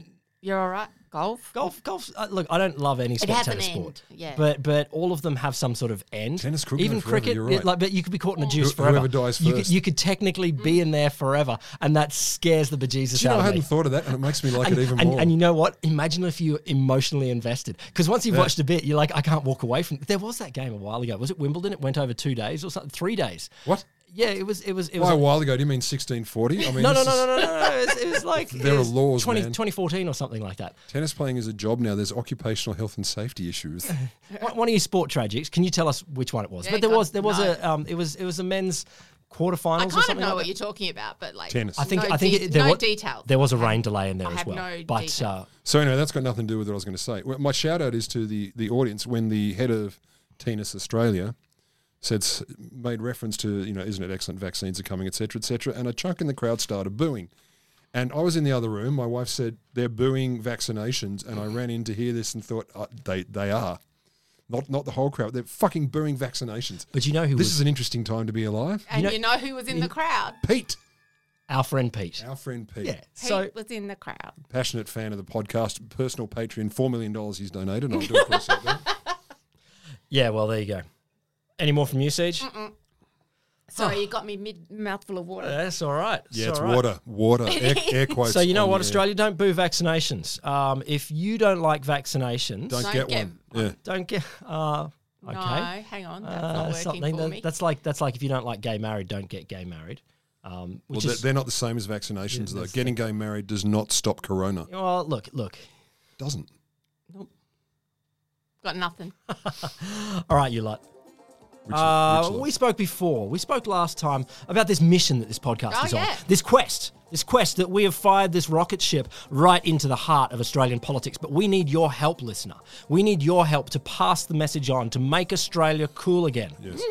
S8: you're all right. Golf.
S6: Golf, golf. Uh, look, I don't love any
S8: has
S6: spectator
S8: an
S6: sport.
S8: end, yeah.
S6: But but all of them have some sort of end.
S7: Tennis could go
S6: even
S7: forever,
S6: cricket.
S7: you're
S6: it-
S7: right.
S6: like, but you could be caught in a juice
S7: Who-
S6: forever.
S7: whoever dies
S6: you could,
S7: first.
S6: you could technically
S8: Mm.
S6: be in there forever, and that scares the bejesus
S7: Do you
S6: out
S7: know,
S6: of
S7: I
S6: me.
S7: hadn't thought of that, and it makes me like
S6: and,
S7: it even
S6: and-
S7: more.
S6: and you know what? Imagine if you're emotionally invested. Because once you've watched a bit, you're like, I can't walk away from. There was that game a while ago. Was it Wimbledon? It went over two days or something, three days.
S7: what?
S6: Yeah, it was. It was. It was.
S7: Why a while ago? Do you mean 1640? I mean,
S6: no, no, no,
S7: this is-
S6: no, no, no, no. It was, it was like
S7: There
S6: it
S7: are
S6: was
S7: laws,
S6: 20,
S7: man.
S6: 2014 or something like that.
S7: Tennis playing is a job now. There's occupational health and safety issues.
S6: One, one of your sport tragics. Can you tell us which one it was?
S8: Yeah,
S6: but there
S8: God,
S6: was there was
S8: no.
S6: a um, it was it was a men's quarterfinals.
S8: I
S6: or
S8: kind of
S6: something
S8: know
S6: like
S8: what
S6: that.
S8: you're talking about, but like
S7: Tennis.
S6: I think
S8: no
S6: I think
S8: de-
S6: it, there
S8: no
S6: was
S8: details.
S6: There was a rain delay in there
S8: I
S6: as
S8: have
S6: well.
S8: no
S6: but
S8: details.
S6: uh,
S7: So anyway, that's got nothing to do with what I was going to say. Well, my shout out is to the the audience when the head of Tennis Australia said s- made reference to you know isn't it excellent vaccines are coming etc cetera, etc cetera, and a chunk in the crowd started booing, and I was in the other room. My wife said they're booing vaccinations, and I ran in to hear this and thought uh, they they are. Not, not the whole crowd. They're fucking booing vaccinations.
S6: But you know who
S7: this
S6: was-
S7: is an interesting time to be alive.
S8: and
S6: know-
S8: you know who was in the crowd?
S7: Pete,
S6: our friend Pete.
S7: our friend Pete,
S6: Yeah.
S8: So,
S6: So
S8: Pete was in the crowd.
S7: passionate fan of the podcast, personal Patreon, four million dollars he's donated. I'll do a course of that.
S6: yeah, well there you go. Any more from you, Siege?
S8: Sorry, you got me mid mouthful of water.
S6: That's all right.
S7: Yeah, it's
S6: all right.
S7: water, water, air, air quotes.
S6: So you know
S7: on
S6: what,
S7: the air.
S6: Australia, don't boo vaccinations. Um, if you don't like vaccinations,
S7: Don't,
S8: Don't
S7: get,
S8: get-
S7: one. Yeah.
S6: don't get. Uh, okay.
S8: No, hang on, that's not
S6: Uh,
S8: working
S6: something
S8: for
S6: that-
S8: me.
S6: that's like that's like if you don't like gay married, don't get gay married. Um,
S7: Well,
S6: which
S7: they're,
S6: is
S7: they're not the same as vaccinations, though. Getting gay married does not stop corona. It
S6: well, look, look.
S7: doesn't.
S8: Got nothing.
S6: All right, you lot.
S7: Which,
S6: Uh,
S7: which-
S6: we spoke before. We spoke last time about this mission that this podcast
S8: Oh,
S6: is
S8: yeah.
S6: on. This quest. This quest that we have fired this rocket ship right into the heart of Australian politics. But we need your help, listener. We need your help to pass the message on to make Australia cool again.
S7: yes.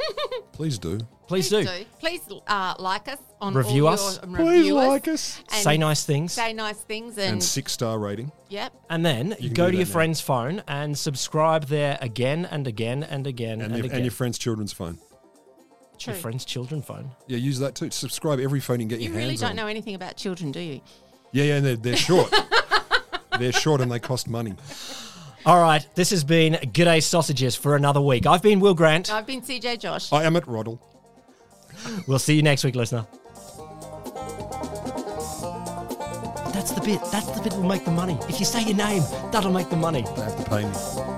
S7: Please do.
S6: Please, do.
S8: Please uh, like us on
S6: Review
S8: all
S6: us.
S8: Your, um,
S7: Please
S8: review us
S7: like us.
S8: and
S6: Say nice things.
S8: Say nice things and,
S7: And six star rating.
S8: yep.
S6: and then
S7: can
S6: go to
S7: do that
S6: your
S7: now.
S6: friend's phone and subscribe there again and again and again and,
S7: And, your,
S6: again.
S7: and your friend's children's phone.
S8: True.
S6: Your friend's children phone.
S7: Yeah, use that too. Subscribe every phone you can get
S8: You
S7: your hands
S8: really don't
S7: on.
S8: know anything about children, do you?
S7: Yeah, yeah, and they're, they're short. they're short and they cost money.
S6: All right, this has been G'day Sausages for another week. I've been Will Grant.
S8: I've been CJ Josh.
S7: I am at Roddle.
S6: We'll see you next week, listener. That's the bit. That's the bit that will make the money. If you say your name, that'll make the money.
S7: They have to pay me.